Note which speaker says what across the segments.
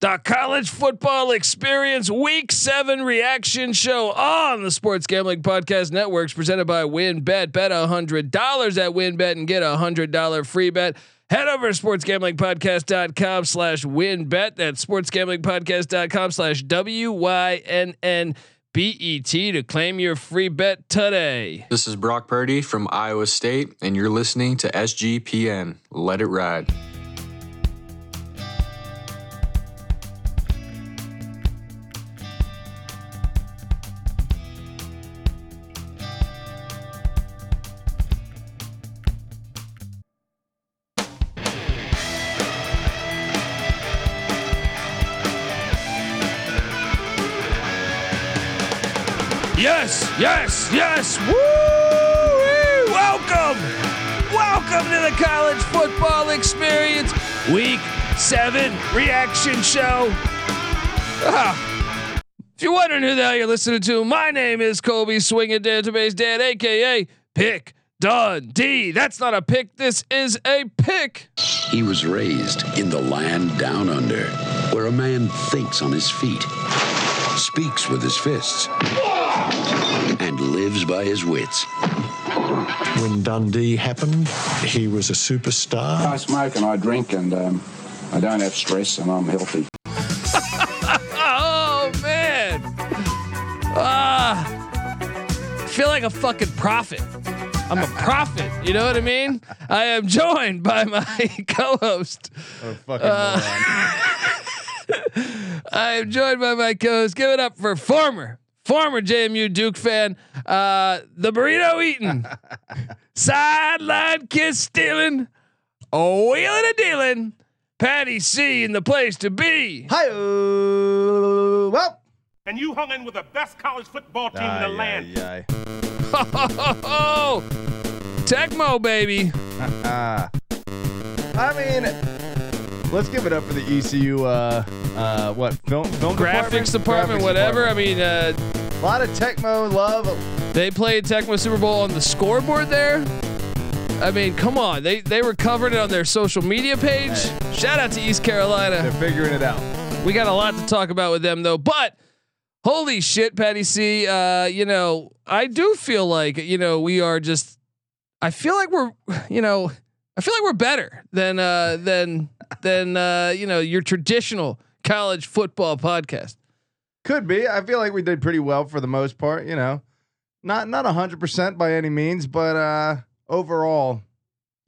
Speaker 1: The college football experience week seven reaction show on the Sports Gambling Podcast Networks presented by WinBet. Bet $100 at WinBet and get a $100 free bet. Head over to sportsgamblingpodcast.com slash winbet. That's sportsgamblingpodcast.com slash W-Y-N-N-B-E-T E to claim your free bet today.
Speaker 2: This is Brock Purdy from Iowa State, and you're listening to SGPN. Let it ride.
Speaker 1: Yes, yes, yes. Woo! Welcome. Welcome to the college football experience week 7 reaction show. Ah. If you're wondering who the hell you're listening to, my name is Colby Swinging Database Dad, aka Pick Dundee. That's not a pick. This is a pick.
Speaker 3: He was raised in the land down under, where a man thinks on his feet, speaks with his fists, and lives by his wits.
Speaker 4: when Dundee happened. He was a superstar.
Speaker 5: I smoke and I drink and um, I don't have stress and I'm healthy.
Speaker 1: Oh man. Ah. I feel like a fucking prophet. I'm a prophet, you know what I mean? I am joined by my co-host. Uh,
Speaker 6: fucking moron.
Speaker 1: I am joined by my co-host. Give it up for former, former JMU Duke fan, uh, the burrito eating, sideline kiss stealing, wheeling and dealing, Patty C in the place to be.
Speaker 6: Hi-oh. Well.
Speaker 7: and you hung in with the best college football team in the
Speaker 6: Ay,
Speaker 7: land.
Speaker 6: ay,
Speaker 1: Oh, Tecmo baby.
Speaker 6: ay. I mean, let's give it up for the ECU. Uh, uh, what film? Film
Speaker 1: graphics department,
Speaker 6: Graphics
Speaker 1: whatever.
Speaker 6: department.
Speaker 1: I mean, uh,
Speaker 6: a lot of Tecmo love.
Speaker 1: they played Tecmo Super Bowl on the scoreboard there. I mean, come on. They they were covering it on their social media page. Shout out to East
Speaker 6: They're
Speaker 1: Carolina.
Speaker 6: figuring it out.
Speaker 1: We got a lot to talk about with them though. But holy shit, Patty C. Uh, you know, I do feel like you know we are just. I feel like we're, you know, I feel like we're better than uh than than uh you know your traditional college football podcast.
Speaker 6: Could be. I feel like we did pretty well for the most part. You know, not not hundred percent by any means, but uh, overall,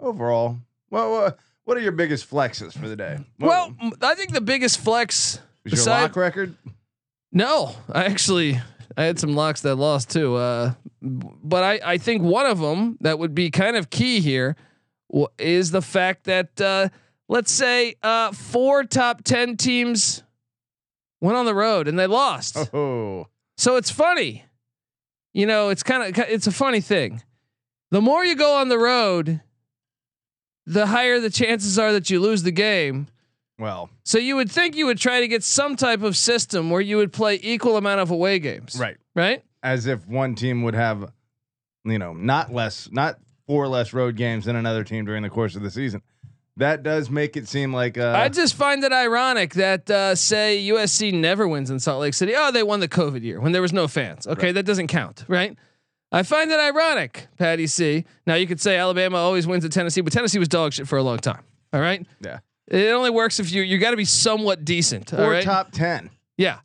Speaker 6: overall, what what what are your biggest flexes for the day? What
Speaker 1: Well, m- I think the biggest flex
Speaker 6: was your
Speaker 1: beside-
Speaker 6: lock record?
Speaker 1: No, I actually I had some locks that lost too. Uh, b- but I I think one of them that would be kind of key here w- is the fact that uh, let's say uh, four top ten teams went on the road and they lost.
Speaker 6: Oh,
Speaker 1: So it's funny. You know, it's kind of it's a funny thing. The more you go on the road, the higher the chances are that you lose the game.
Speaker 6: well,
Speaker 1: So you would think you would try to get some type of system where you would play equal amount of away games.
Speaker 6: right.
Speaker 1: Right?
Speaker 6: as if one team would have, you know, not less, not four less road games than another team during the course of the season. That does make it seem like uh,
Speaker 1: I just find it ironic that uh, say USC never wins in Salt Lake City. Oh, they won the COVID year when there was no fans. Okay, that doesn't count, right? I find that ironic, Patty C. Now you could say Alabama always wins at Tennessee, but Tennessee was dog shit for a long time. All right.
Speaker 6: yeah,
Speaker 1: It only works if you you got to be somewhat decent. All
Speaker 6: or
Speaker 1: right.
Speaker 6: top ten.
Speaker 1: Yeah.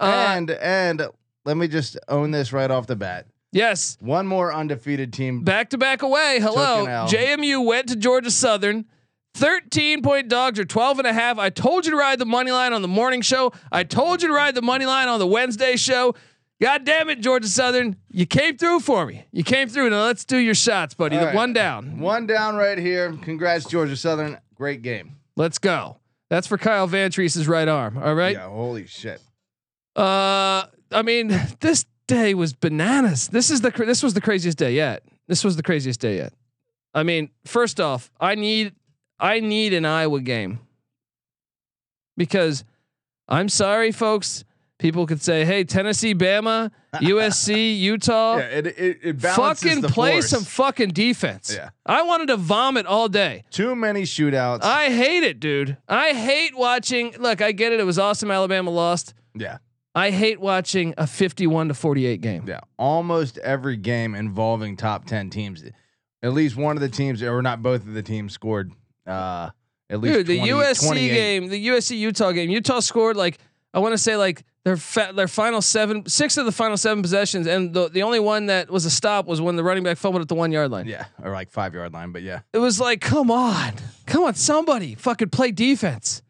Speaker 1: Uh,
Speaker 6: and and let me just own this right off the bat.
Speaker 1: yes.
Speaker 6: One more undefeated team.
Speaker 1: back to back away. Hello.
Speaker 6: an L.
Speaker 1: JMU went to Georgia Southern. 13 point dogs or 12 and a half. I told you to ride the money line on the morning show. I told you to ride the money line on the Wednesday show. God damn it, Georgia Southern. You came through for me. You came through. Now let's do your shots, buddy.
Speaker 6: All right.
Speaker 1: One down.
Speaker 6: One down right here. Congrats, Georgia Southern. Great game.
Speaker 1: Let's go. That's for Kyle Van Treese's right arm. All right.
Speaker 6: Yeah, holy shit.
Speaker 1: Uh, I mean, this day was bananas. This is the cra- this was the craziest day yet. This was the craziest day yet. I mean, first off, I need I need an Iowa game because I'm sorry, folks. People could say, "Hey, Tennessee, Bama, USC, Utah,
Speaker 6: Yeah, it it, it balances
Speaker 1: Oh, fucking
Speaker 6: the
Speaker 1: play
Speaker 6: force.
Speaker 1: some fucking defense."
Speaker 6: Yeah.
Speaker 1: I wanted to vomit all day.
Speaker 6: Too many shootouts.
Speaker 1: I hate it, dude. I hate watching. Look, I get it. It was awesome. Alabama lost.
Speaker 6: yeah,
Speaker 1: I hate watching a 51 to 48 game.
Speaker 6: yeah. Almost every game involving top ten teams, at least one of the teams, or not both of the teams, scored. Uh, at least
Speaker 1: Dude, the
Speaker 6: 20
Speaker 1: USC
Speaker 6: 28.
Speaker 1: game, the USC Utah game. Utah scored like I want to say like their fa- their final seven, six of the final seven possessions, and the the only one that was a stop was when the running back fumbled at the one yard line.
Speaker 6: Yeah, or like five yard line, but yeah,
Speaker 1: It was like, come on, come on, somebody fucking play defense.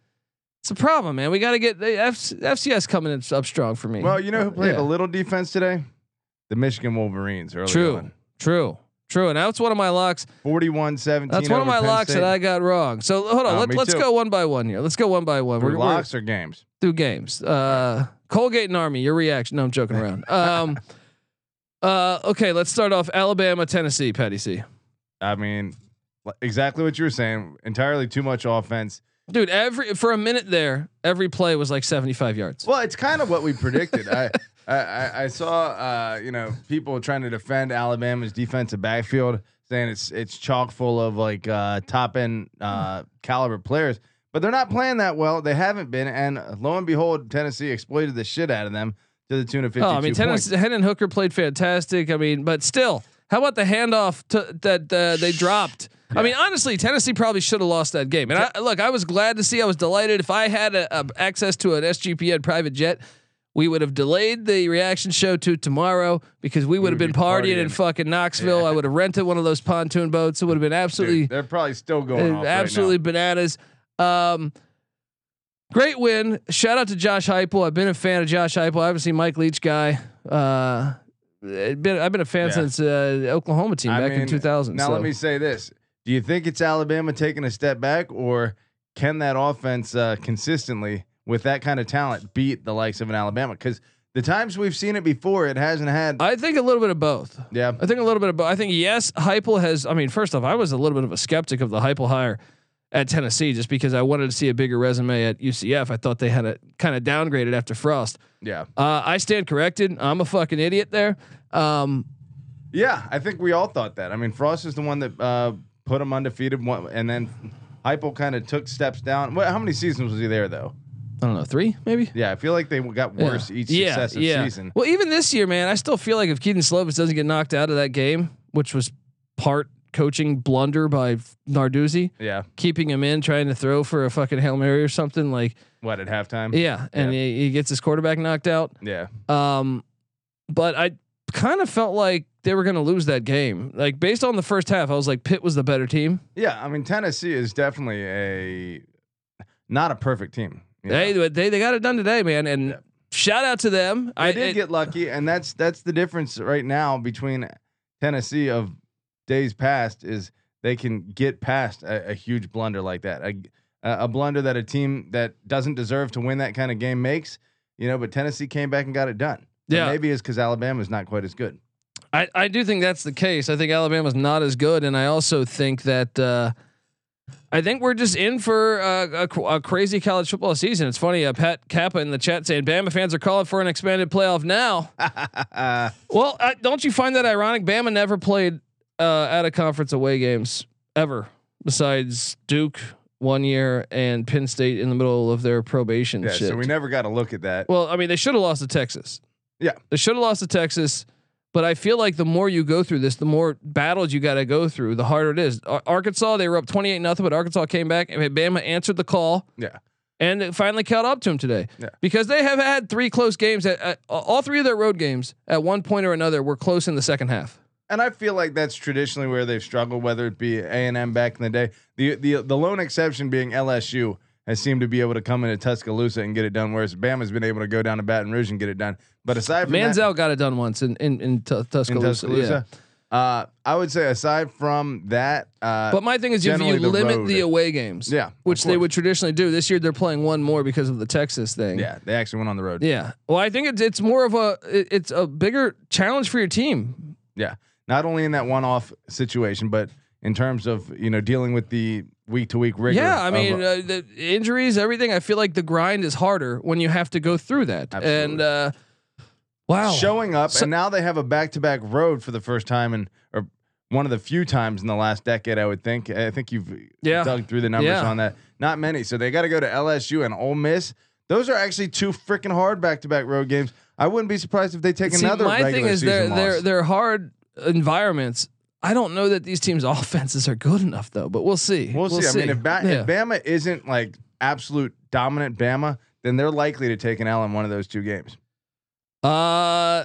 Speaker 1: It's a problem, man. We got to get the F- FCS coming in up strong for me.
Speaker 6: Well, you know who played
Speaker 1: Yeah.
Speaker 6: a little defense today? The Michigan Wolverines. Early
Speaker 1: True,
Speaker 6: On.
Speaker 1: true, true. And that's one of my locks.
Speaker 6: 41-17
Speaker 1: That's one of
Speaker 6: over
Speaker 1: my
Speaker 6: Penn
Speaker 1: locks
Speaker 6: State.
Speaker 1: that I got wrong. So hold on,
Speaker 6: Uh,
Speaker 1: let,
Speaker 6: me
Speaker 1: let's
Speaker 6: too.
Speaker 1: go one by one here. Let's go one by one.
Speaker 6: For
Speaker 1: We're, we're
Speaker 6: locks or games.
Speaker 1: through games. Uh, Colgate and Army, your reaction? No, I'm joking around. Um, uh, okay, let's start off Alabama, Tennessee, Patty C.
Speaker 6: I mean, li- exactly what you were saying. Entirely too much offense.
Speaker 1: Dude, every for a minute there, every play was like 75 yards.
Speaker 6: Well, it's kind of what we predicted. I, I- I I saw uh, you know people trying to defend Alabama's defensive backfield, saying it's it's chock full of like uh, top end uh, caliber players, but they're not playing that well. They haven't been, and lo and behold, Tennessee exploited the shit out of them to the tune of fifty-two
Speaker 1: Oh, I mean,
Speaker 6: points.
Speaker 1: Tennessee, Hennon Hooker played fantastic. I mean, but still, how about the handoff to, that uh, they dropped? I mean, honestly, Tennessee probably should have lost that game. And I, look, I was glad to see. I was delighted. If I had a, a access to an SGPN private jet, we would have delayed the reaction show to tomorrow because we would have been
Speaker 6: would be
Speaker 1: partying, in
Speaker 6: partying.
Speaker 1: fucking Knoxville. I would have rented one of those pontoon boats. It would have been absolutely
Speaker 6: Dude, they're probably still going
Speaker 1: uh,
Speaker 6: off right now.
Speaker 1: absolutely bananas. Um, great win. Shout out to Josh Heupel. I've been a fan of Josh Heupel. I haven't seen Mike Leach guy. Uh, it been, I've been a fan
Speaker 6: Yeah.
Speaker 1: since uh, Oklahoma team
Speaker 6: I
Speaker 1: back in
Speaker 6: mean,
Speaker 1: 2000.
Speaker 6: Now
Speaker 1: so.
Speaker 6: let me say this: Do you think it's Alabama taking a step back, or can that offense uh, consistently, with that kind of talent, beat the likes of an Alabama? Because the times we've seen it before, it hasn't had.
Speaker 1: I think a little bit of both.
Speaker 6: yeah,
Speaker 1: I think a little bit of both. I think yes, Heupel has. I mean, first off, I was a little bit of a skeptic of the Heupel hire at Tennessee just because I wanted to see a bigger resume at UCF. I thought they had a kind of downgraded after Frost.
Speaker 6: yeah,
Speaker 1: Uh, I stand corrected. I'm a fucking idiot there. Um,
Speaker 6: yeah. I think we all thought that. I mean, Frost is the one that uh, put him undefeated, one, and then Heupel kind of took steps down. What, how many seasons was he there though?
Speaker 1: I don't know, three maybe.
Speaker 6: Yeah, I feel like they got worse each successive season.
Speaker 1: Well, even this year, man, I still feel like if Keaton Slovis doesn't get knocked out of that game, which was part coaching blunder by Narduzzi,
Speaker 6: Yeah,
Speaker 1: keeping him in, trying to throw for a fucking hail mary or something like,
Speaker 6: what at halftime?
Speaker 1: yeah, and
Speaker 6: Yeah.
Speaker 1: He, he gets his quarterback knocked out.
Speaker 6: yeah.
Speaker 1: Um, but I kind of felt like they were going to lose that game. Like based on the first half, I was like, Pitt was the better team.
Speaker 6: Yeah, I mean Tennessee is definitely a not a perfect team. you know.
Speaker 1: Hey, They, they they got it done today, man, and.
Speaker 6: Yeah.
Speaker 1: Shout out to them.
Speaker 6: I did
Speaker 1: it-
Speaker 6: get lucky, and that's that's the difference right now between Tennessee of days past is they can get past a, a huge blunder like that, a, a blunder that a team that doesn't deserve to win that kind of game makes, you know. But Tennessee came back and got it done. But
Speaker 1: Yeah.
Speaker 6: maybe it's because Alabama's not quite as good.
Speaker 1: I, I do think that's the case. I think Alabama's not as good, and I also think that uh, I think we're just in for uh, a, cr- a crazy college football season. It's funny, uh, Pat Kappa in the chat saying Bama fans are calling for an expanded playoff now. well, I, don't you find that ironic? Bama never played uh, out of conference away games ever, besides Duke one year and Penn State in the middle of their probation.
Speaker 6: Yeah,
Speaker 1: shit.
Speaker 6: so we never got to look at that.
Speaker 1: Well, I mean, they should have lost to Texas.
Speaker 6: Yeah.
Speaker 1: They should have lost to Texas. But I feel like the more you go through this, the more battles you got to go through, the harder it is. Ar- Arkansas, they were up 28 nothing, but Arkansas came back and Bama answered the call
Speaker 6: yeah,
Speaker 1: and it finally caught up to him today.
Speaker 6: Yeah.
Speaker 1: Because they have had three close games at, at all three of their road games at one point or another were close in the second half.
Speaker 6: and I feel like that's traditionally where they've struggled, whether it be A and M back in the day. The the the lone exception being LSU has seemed to be able to come into Tuscaloosa and get it done, whereas Bama's been able to go down to Baton Rouge and get it done. But aside from that-
Speaker 1: Manziel got it done once in in, in, Tu-
Speaker 6: in
Speaker 1: Tuscaloosa.
Speaker 6: Tuscaloosa,
Speaker 1: Yeah.
Speaker 6: uh, I would say aside from that, uh,
Speaker 1: But my thing is, if you
Speaker 6: Generally the
Speaker 1: limit
Speaker 6: road.
Speaker 1: the away games,
Speaker 6: Yeah, of
Speaker 1: which they
Speaker 6: course.
Speaker 1: would traditionally do, this year they're playing one more because of the Texas thing.
Speaker 6: yeah, they actually went on the road.
Speaker 1: Yeah. Well, I think it's it's more of a it- it's a bigger challenge for your team.
Speaker 6: Yeah. Not only in that one off situation, but in terms of you know dealing with the week to week rigor.
Speaker 1: Yeah, I
Speaker 6: of-
Speaker 1: mean uh, the injuries, everything. I feel like the grind is harder when you have to go through that.
Speaker 6: Absolutely.
Speaker 1: And uh, wow,
Speaker 6: showing up,
Speaker 1: So-
Speaker 6: and now they have a back to back road for the first time and or one of the few times in the last decade, I would think. I think you've
Speaker 1: Yeah.
Speaker 6: dug through the numbers
Speaker 1: Yeah.
Speaker 6: on that. Not many. So they got to go to LSU and Ole Miss. Those are actually two freaking hard back to back road games. I wouldn't be surprised if they take
Speaker 1: See,
Speaker 6: another.
Speaker 1: my
Speaker 6: regular
Speaker 1: thing is they're
Speaker 6: season
Speaker 1: they're
Speaker 6: loss.
Speaker 1: they're hard environments. I don't know that these teams' offenses are good enough though, but we'll see.
Speaker 6: We'll, see. I mean, if, ba-
Speaker 1: Yeah.
Speaker 6: if Bama isn't like absolute dominant Bama, then they're likely to take an L in one of those two games.
Speaker 1: Uh,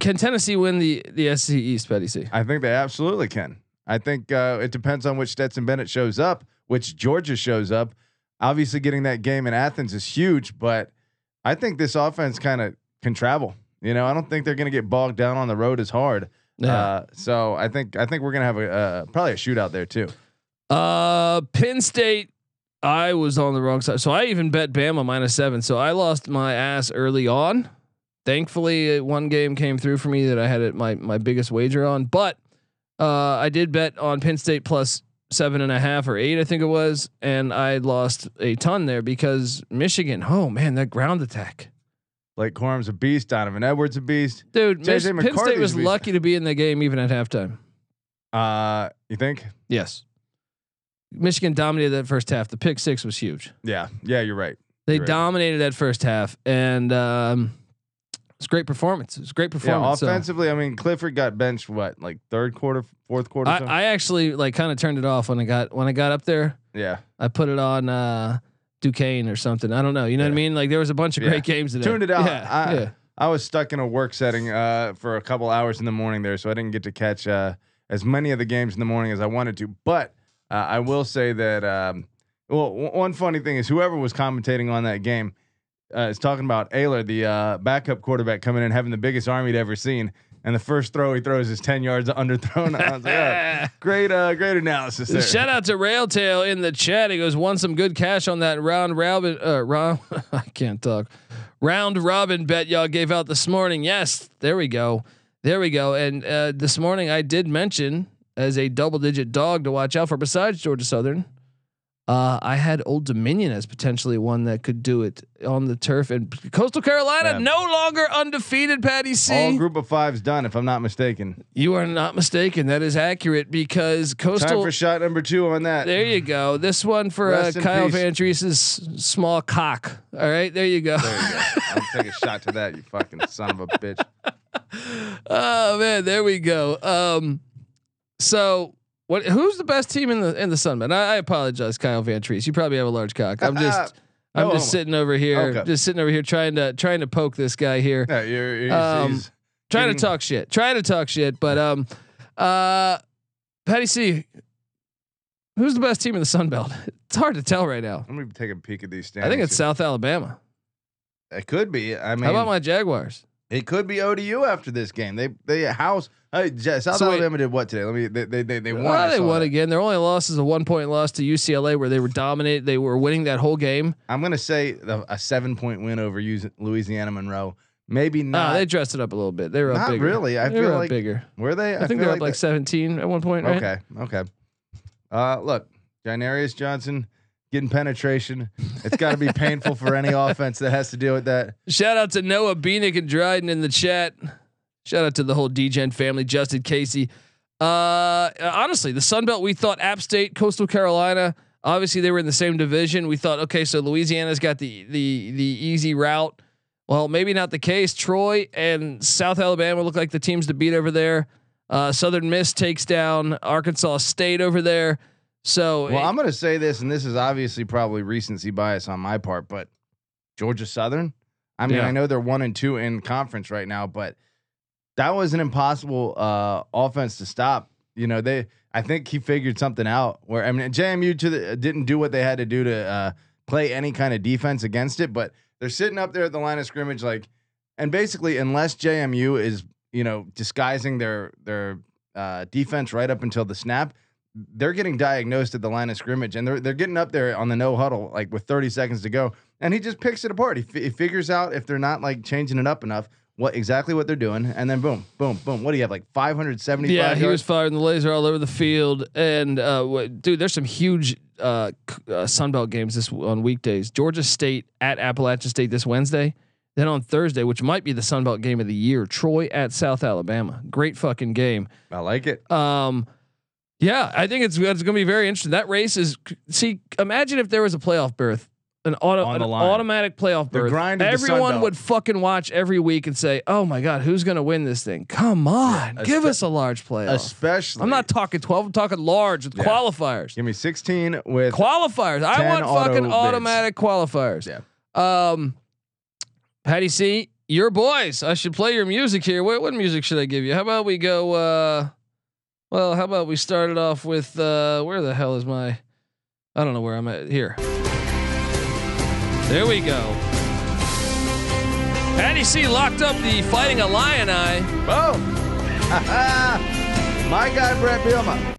Speaker 1: can Tennessee win the the SC East, Petty C?
Speaker 6: I think they absolutely can. I think uh, it depends on which Stetson Bennett shows up, which Georgia shows up. Obviously, getting that game in Athens is huge, but I think this offense kind of can travel. You know, I don't think they're going to get bogged down on the road as hard. Uh, so I think I think we're going to have a uh, probably a shootout there too.
Speaker 1: Uh, Penn State. I was on the wrong side, so I even bet Bama minus seven. So I lost my ass early on. Thankfully, uh, one game came through for me that I had it my my biggest wager on. But uh, I did bet on Penn State plus seven and a half or eight, I think it was, and I lost a ton there because Michigan. Oh man, that ground attack,
Speaker 6: Blake Corum's a beast. Donovan Edwards a beast.
Speaker 1: dude. Mich-
Speaker 6: JJ
Speaker 1: Penn State
Speaker 6: McCarthy's
Speaker 1: was
Speaker 6: beast.
Speaker 1: lucky to be in the game even at halftime.
Speaker 6: Uh, you think?
Speaker 1: Yes. Michigan dominated that first half. The pick six was huge.
Speaker 6: Yeah, yeah, you're right.
Speaker 1: They
Speaker 6: Right.
Speaker 1: dominated that first half, and um, it's great performance. It's great
Speaker 6: Yeah,
Speaker 1: performance. uh, So
Speaker 6: offensively, I mean Clifford got benched what like third quarter, fourth quarter. something?
Speaker 1: I, I actually like kind of turned it off when I got when I got up there.
Speaker 6: yeah,
Speaker 1: I put it on uh, Duquesne or something. I don't know. You know what I
Speaker 6: Yeah.
Speaker 1: mean? Like there was a bunch of
Speaker 6: Yeah.
Speaker 1: great games today.
Speaker 6: Tuned it out.
Speaker 1: Yeah,
Speaker 6: I-
Speaker 1: yeah.
Speaker 6: I was stuck in a work setting uh, for a couple hours in the morning there, so I didn't get to catch uh, as many of the games in the morning as I wanted to. But uh, I will say that um, well, w- one funny thing is whoever was commentating on that game uh, is talking about Ayler, the uh, backup quarterback, coming in having the biggest arm he'd ever seen, and the first throw he throws is ten yards underthrown. I was like, "Oh, great, uh, great analysis there.
Speaker 1: Shout out to Railtail in the chat. He goes, won some good cash on that round robin. Uh, round, I can't talk. Round robin bet y'all gave out this morning. Yes, there we go, there we go. And uh, this morning I did mention as a double digit dog to watch out for. Besides Georgia Southern, uh, I had Old Dominion as potentially one that could do it on the turf. And Coastal Carolina
Speaker 6: Yeah.
Speaker 1: no longer undefeated. Patty C.
Speaker 6: All group of fives done, if I'm not mistaken.
Speaker 1: you are not mistaken. That is accurate because
Speaker 6: Time
Speaker 1: Coastal.
Speaker 6: for shot number two on that.
Speaker 1: There you go. This one for uh,
Speaker 6: Rest in
Speaker 1: Kyle
Speaker 6: peace.
Speaker 1: Van Treese's small cock. All right, there you go.
Speaker 6: There you go. I'll take a shot to that, you fucking son of a bitch.
Speaker 1: oh man, there we go. Um, so what? Who's the best team in the in the Sun Belt? I, I apologize, Kyle Van Treese. You probably have a large cock. I'm just I'm
Speaker 6: No,
Speaker 1: just
Speaker 6: I'm-
Speaker 1: sitting over here,
Speaker 6: Uh, oh. Okay.
Speaker 1: just sitting over here trying to trying to poke this guy here.
Speaker 6: Yeah, Mm. you're, he's,
Speaker 1: Um,
Speaker 6: he's-
Speaker 1: trying to
Speaker 6: Kidding.
Speaker 1: talk shit. Trying to talk shit, but um, uh, Patty C. Who's the best team in the Sun Belt? It's hard to tell right now.
Speaker 6: I'm gonna take a peek at these standings.
Speaker 1: I think it's South Alabama.
Speaker 6: It could be. I mean,
Speaker 1: How about my Jaguars?
Speaker 6: it could be ODU after this game. They they house. Hey, Je- South
Speaker 1: So wait-
Speaker 6: Alabama did what today? Let me. They they they, they won.
Speaker 1: Well,
Speaker 6: I
Speaker 1: they
Speaker 6: saw
Speaker 1: won
Speaker 6: that.
Speaker 1: again. Their only loss is a one point loss to UCLA, where they were dominant. They were winning that whole game.
Speaker 6: I'm gonna say the, a seven point win over Us- Louisiana Monroe. Maybe
Speaker 1: Nah,
Speaker 6: not.
Speaker 1: Uh, they dressed it up a little bit. They were up
Speaker 6: Not
Speaker 1: bigger.
Speaker 6: really. I
Speaker 1: they
Speaker 6: feel
Speaker 1: were up
Speaker 6: like-
Speaker 1: bigger.
Speaker 6: were they?
Speaker 1: I, think they
Speaker 6: feel
Speaker 1: were up like seventeen at one point, right?
Speaker 6: Okay. Okay. Uh, look, Janarius Johnson getting penetration. It's got to be painful for any offense that has to deal with that.
Speaker 1: Shout out to Noah Beanick and Dryden in the chat. Shout out to the whole DGen family, Justin Casey. Uh, honestly, the Sun Belt, we thought App State, Coastal Carolina. Obviously, they were in the same division. We thought, okay, so Louisiana's got the the the easy route. Well, maybe not the case. Troy and South Alabama look like the teams to beat over there. Uh, Southern Miss takes down Arkansas State over there. So
Speaker 6: Well, I'm going to say this, and this is obviously probably recency bias on my part, but Georgia Southern. I mean,
Speaker 1: Yeah.
Speaker 6: I know they're one and two in conference right now, but that was an impossible uh, offense to stop. You know, they. I think he figured something out. Where I mean, JMU to the, didn't do what they had to do to uh, play any kind of defense against it, but they're sitting up there at the line of scrimmage, like, and basically, unless JMU is you know disguising their their uh, defense right up until the snap, they're getting diagnosed at the line of scrimmage and they're they're getting up there on the no huddle like with 30 seconds to go and he just picks it apart. He, fi- he figures out if they're not like changing it up enough what exactly what they're doing, and then boom, boom, boom. What do you have? Like 575
Speaker 1: Yeah, he was
Speaker 6: yards?
Speaker 1: firing the laser all over the field. And uh, wha- dude, there's some huge uh, c- uh, Sunbelt games this on weekdays. Georgia State at Appalachian State this Wednesday. Then on Thursday, which might be the Sunbelt game of the year, Troy at South Alabama. Great fucking game.
Speaker 6: I like it.
Speaker 1: Um, yeah, I think it's it's going to be very interesting. That race is see. Imagine if there was a playoff berth, an auto,
Speaker 6: On the
Speaker 1: an
Speaker 6: line.
Speaker 1: automatic playoff
Speaker 6: The
Speaker 1: berth.
Speaker 6: grind of the Sun
Speaker 1: Everyone
Speaker 6: Belt.
Speaker 1: would fucking watch every week and say, "Oh my god, who's going to win this thing? Come on,
Speaker 6: Yeah,
Speaker 1: give
Speaker 6: espe-
Speaker 1: us a large playoff."
Speaker 6: Especially,
Speaker 1: I'm not talking 12. I'm talking large with
Speaker 6: Yeah.
Speaker 1: qualifiers.
Speaker 6: Give me 16 with
Speaker 1: Qualifiers. I
Speaker 6: 10
Speaker 1: want
Speaker 6: auto
Speaker 1: fucking
Speaker 6: bids.
Speaker 1: automatic qualifiers. Yeah. Um, Patty C, your boys. I should play your music here. What, what music should I give you? How about we go? Uh, well, how about we start it off with uh, where the hell is my? I don't know where I'm at here. There we go. Patty C locked up the fighting a lion eye.
Speaker 6: boom. My guy Brett Bielma.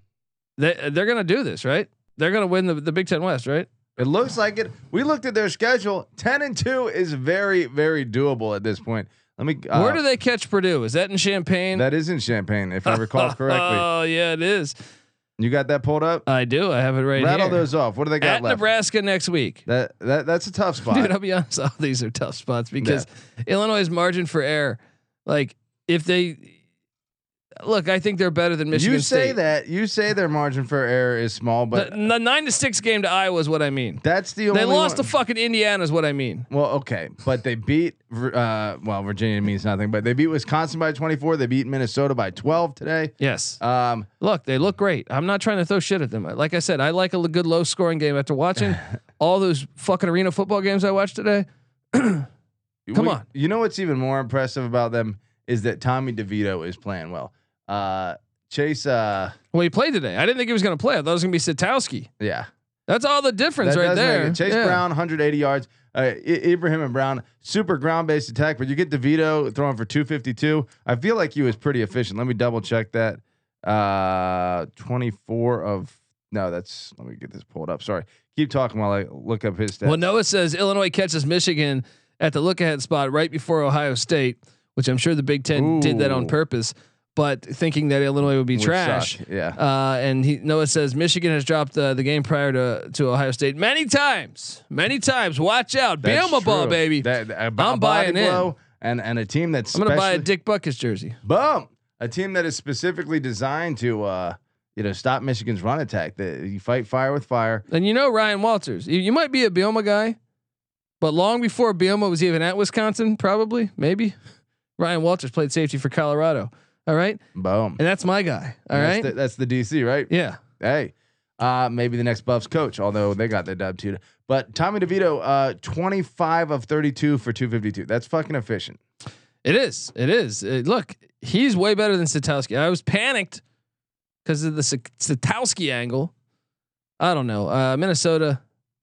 Speaker 1: They, they're gonna do this, right? They're gonna win the, the Big Ten West, right?
Speaker 6: It looks like it. We looked at their schedule. 10 and 2 is very, very doable at this point. Let me. Uh,
Speaker 1: Where do they catch Purdue? Is that in Champaign?
Speaker 6: That is in Champagne, if I recall correctly.
Speaker 1: Oh yeah, it is.
Speaker 6: You got that pulled up?
Speaker 1: I do. I have it Uh, right
Speaker 6: Rattle
Speaker 1: here.
Speaker 6: those off. What do they got
Speaker 1: At
Speaker 6: left?
Speaker 1: Nebraska next week.
Speaker 6: That, that that's a tough spot.
Speaker 1: Dude, I'll be honest. All these are tough spots because Illinois' margin for error. Like if they look, I think they're better than Michigan
Speaker 6: you say
Speaker 1: State.
Speaker 6: that. You say their margin for error is small, but
Speaker 1: the, the nine to six game to Iowa is what I mean.
Speaker 6: that's the only.
Speaker 1: They lost
Speaker 6: one.
Speaker 1: to fucking Indiana is what I mean.
Speaker 6: Well, okay, but they beat. Uh, well, Virginia means nothing, but they beat Wisconsin by 24. They beat Minnesota by 12 today.
Speaker 1: Yes.
Speaker 6: Um,
Speaker 1: Look, they look great. I'm not trying to throw shit at them. Like I said, I like a l- good low scoring game after watching all those fucking arena football games I watched today. Come
Speaker 6: we-
Speaker 1: on.
Speaker 6: You know what's even more impressive about them is that Tommy DeVito is playing well. Uh, Chase. Uh,
Speaker 1: Well, he played today. I didn't think he was going to play. I thought it was going to be Sitowski.
Speaker 6: yeah,
Speaker 1: That's all the difference
Speaker 6: That
Speaker 1: right
Speaker 6: does make
Speaker 1: there.
Speaker 6: it. Chase
Speaker 1: Yeah.
Speaker 6: Brown, 180 yards. Uh, I- Ibrahim and Brown, super ground based attack, but you get DeVito throwing for 252. I feel like he was pretty efficient. Let me double check that. Uh, 24 of no, that's let me get this pulled up. Sorry, keep talking while I look up his stats.
Speaker 1: Well, Noah says Illinois catches Michigan at the look ahead spot right before Ohio State, which I'm sure the Big Ten did that on
Speaker 6: Ooh.
Speaker 1: purpose, but thinking that Illinois would be
Speaker 6: Would
Speaker 1: trash.
Speaker 6: suck, yeah.
Speaker 1: Uh, and he, Noah says Michigan has dropped uh, the game prior to, to Ohio State many times. Many times. Watch out.
Speaker 6: That's
Speaker 1: Bama ball,
Speaker 6: true.
Speaker 1: baby.
Speaker 6: That- that- a b-
Speaker 1: I'm
Speaker 6: a body
Speaker 1: buying in.
Speaker 6: blow And, and a team that's
Speaker 1: I'm going to buy a
Speaker 6: specially-
Speaker 1: Dick Buckus jersey.
Speaker 6: Boom. A team that is specifically designed to uh, you know, stop Michigan's run attack. That you fight fire with fire.
Speaker 1: And you know Ryan Walters. You, you might be a Bielma guy, but long before Bielma was even at Wisconsin, probably, maybe, Ryan Walters played safety for Colorado. All right.
Speaker 6: Boom.
Speaker 1: And that's my guy. All
Speaker 6: And
Speaker 1: right.
Speaker 6: That's the, that's the DC, right?
Speaker 1: yeah.
Speaker 6: Hey, uh, maybe the next Buffs coach, although they got the dub too. But Tommy DeVito, uh, 25 of 32 for 252. That's fucking efficient.
Speaker 1: It is. It is. Uh, look, he's way better than Satowski. I was panicked because of the Satowski angle. I don't know. Uh, Minnesota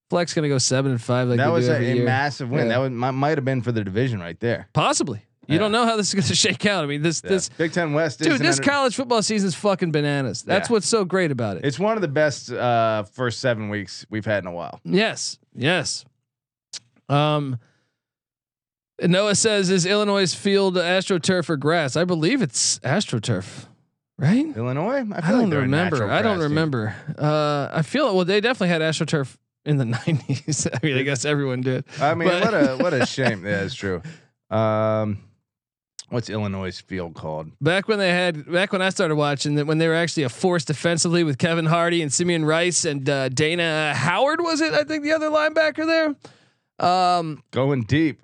Speaker 1: flex going to go seven and five. Like
Speaker 6: that
Speaker 1: they
Speaker 6: was
Speaker 1: do
Speaker 6: a,
Speaker 1: every
Speaker 6: a
Speaker 1: year.
Speaker 6: massive win.
Speaker 1: Yeah.
Speaker 6: That was, might, might have been for the division right there.
Speaker 1: possibly. You
Speaker 6: Yeah.
Speaker 1: don't know how this is going to shake out. I mean, this this
Speaker 6: Big Ten West, is
Speaker 1: dude,
Speaker 6: an
Speaker 1: this
Speaker 6: under-
Speaker 1: college football season's fucking bananas. That's
Speaker 6: Yeah.
Speaker 1: what's so great about it.
Speaker 6: It's one of the best uh, first seven weeks we've had in a while.
Speaker 1: Yes. Yes. Um Noah says is Illinois field astroturf or grass? I believe it's astroturf, right?
Speaker 6: Illinois, I,
Speaker 1: I
Speaker 6: feel like
Speaker 1: don't
Speaker 6: they're a
Speaker 1: remember.
Speaker 6: natural
Speaker 1: I don't
Speaker 6: grass team.
Speaker 1: remember. Uh I feel well they definitely had astroturf in the 90s. I mean, I guess everyone did.
Speaker 6: I mean,
Speaker 1: But-
Speaker 6: what a what a shame. Yeah, it's true. Um, what's Illinois' field called?
Speaker 1: Back when they had, back when I started watching, that when they were actually a force defensively with Kevin Hardy and Simeon Rice and uh, Dana Howard was it? I think the other linebacker there. Um,
Speaker 6: Going deep.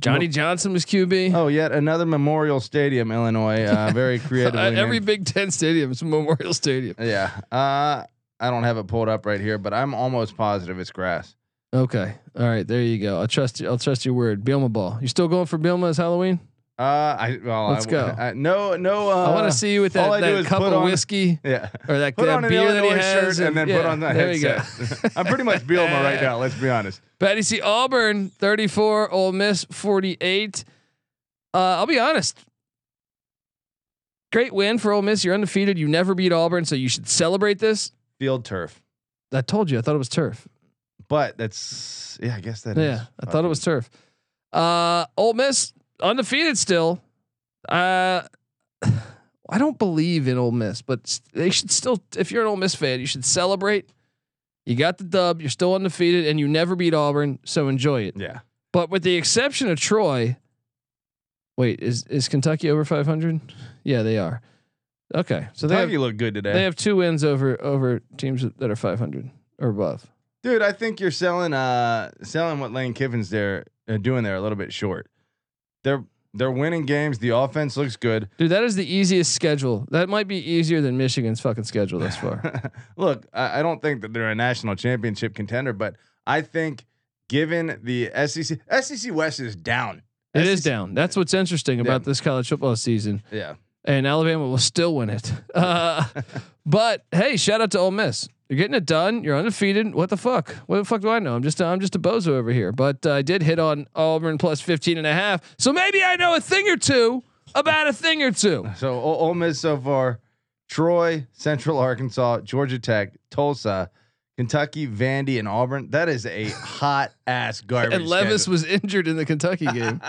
Speaker 1: Johnny Johnson was QB.
Speaker 6: Oh, yet another Memorial Stadium, Illinois. Uh, very creative.
Speaker 1: Uh, every Big Ten stadium is Memorial Stadium.
Speaker 6: yeah. Uh, I don't have it pulled up right here, but I'm almost positive it's grass.
Speaker 1: Okay, all right, there you go. I'll trust you. I'll trust your word. Bielma ball. You still going for Bielma as Halloween?
Speaker 6: Uh, I well,
Speaker 1: Let's
Speaker 6: I,
Speaker 1: go.
Speaker 6: I, no, no. Uh,
Speaker 1: I want to see you with
Speaker 6: all
Speaker 1: that,
Speaker 6: I do
Speaker 1: that
Speaker 6: is
Speaker 1: cup
Speaker 6: put
Speaker 1: of
Speaker 6: on-
Speaker 1: whiskey
Speaker 6: Yeah.
Speaker 1: or that,
Speaker 6: Put
Speaker 1: that
Speaker 6: on an
Speaker 1: beer that he
Speaker 6: Illinois
Speaker 1: has,
Speaker 6: shirt and then put on the
Speaker 1: there you go.
Speaker 6: headset. I'm pretty much Bielma right now. Let's be honest.
Speaker 1: Patty C. Auburn, 34, Ole Miss, 48. Uh, I'll be honest. Great win for Ole Miss. You're undefeated. You never beat Auburn, so you should celebrate this.
Speaker 6: Field turf,
Speaker 1: I told you. I thought it was turf.
Speaker 6: but that's yeah. I guess that is
Speaker 1: yeah, I thought it was turf. Uh, Ole Miss, undefeated still. Uh, I don't believe in Ole Miss, but s- they should still. If you're an Ole Miss fan, you should celebrate. You got the dub. You're still undefeated, and you never beat Auburn, so enjoy it.
Speaker 6: Yeah.
Speaker 1: But with the exception of Troy, wait, is is Kentucky over 500? Yeah, they are. Okay, so they
Speaker 6: Kentucky
Speaker 1: have,
Speaker 6: looked good today.
Speaker 1: they have two wins over over teams that are 500 or above.
Speaker 6: Dude, I think you're selling uh selling what Lane Kiffin's there uh, doing there a little bit short. They're they're winning games. The offense looks good.
Speaker 1: Dude, that is the easiest schedule. That might be easier than Michigan's fucking schedule thus far.
Speaker 6: Look, I, I don't think that they're a national championship contender, but I think given the E SEC SEC West is down.
Speaker 1: It is
Speaker 6: SEC
Speaker 1: down. That's what's interesting about
Speaker 6: Yeah.
Speaker 1: this college football season.
Speaker 6: Yeah.
Speaker 1: And Alabama will still win it. Uh, but hey, shout out to Ole Miss. You're getting it done. You're undefeated. What the fuck? What the fuck do I know? I'm just I'm just a bozo over here. But uh, I did hit on Auburn plus 15 and a half. So maybe I know a thing or two about a thing or two.
Speaker 6: So o- Ole Miss so far, Troy, Central Arkansas, Georgia Tech, Tulsa, Kentucky, Vandy, and Auburn. That is a hot ass garbage.
Speaker 1: And Levis
Speaker 6: schedule.
Speaker 1: was injured in the Kentucky game.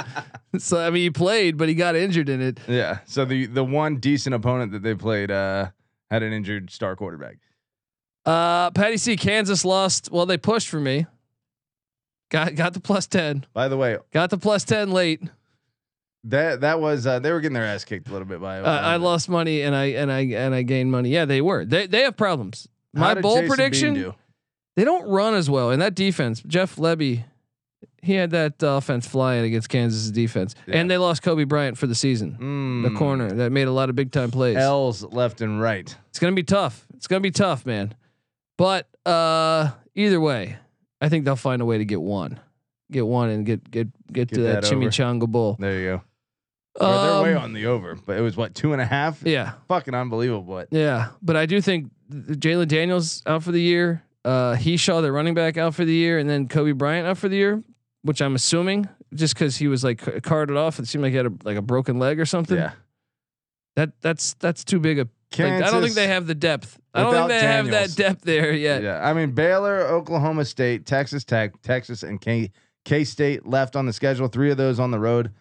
Speaker 1: so I mean he played, but he got injured in it.
Speaker 6: Yeah. So the the one decent opponent that they played uh, had an injured star quarterback.
Speaker 1: Uh, Patty C. Kansas lost. Well, they pushed for me. Got got the plus ten.
Speaker 6: By the way,
Speaker 1: Got the plus ten late.
Speaker 6: that that was uh, they were getting their ass kicked a little bit by.
Speaker 1: Uh, I lost money and I and I and I gained money. Yeah, they were. They they have problems. My bold prediction: they don't run as well, and that defense. Jeff Levy, he had that offense flying against Kansas' defense,
Speaker 6: Yeah. Mm.
Speaker 1: and they lost Kobe Bryant for the season. The corner that made a lot of big time plays.
Speaker 6: Hmm. L's left and right.
Speaker 1: It's gonna be tough. It's gonna be tough, man. But uh, either way, I think they'll find a way to get one, get one, and get get get, to
Speaker 6: Get
Speaker 1: that,
Speaker 6: that over.
Speaker 1: chimichanga bowl.
Speaker 6: There you go. Or
Speaker 1: Um,
Speaker 6: they're way on the over, but it was what two and a half.
Speaker 1: Yeah,
Speaker 6: Fucking unbelievable. But
Speaker 1: yeah. But I do think th- Jalen Daniels out for the year. Uh, he Shaw, their running back, out for the year, and then Kobe Bryant out for the year, which I'm assuming just because he was like c- carted off. It seemed like he had a, like a broken leg or something.
Speaker 6: yeah,
Speaker 1: That that's that's too big a. like, I don't think they have the depth. I don't
Speaker 6: Without
Speaker 1: think they have
Speaker 6: Daniels.
Speaker 1: that depth there yet.
Speaker 6: Yeah, I mean Baylor, Oklahoma State, Texas Tech, Texas, and K K State left on the schedule. Three of those on the road.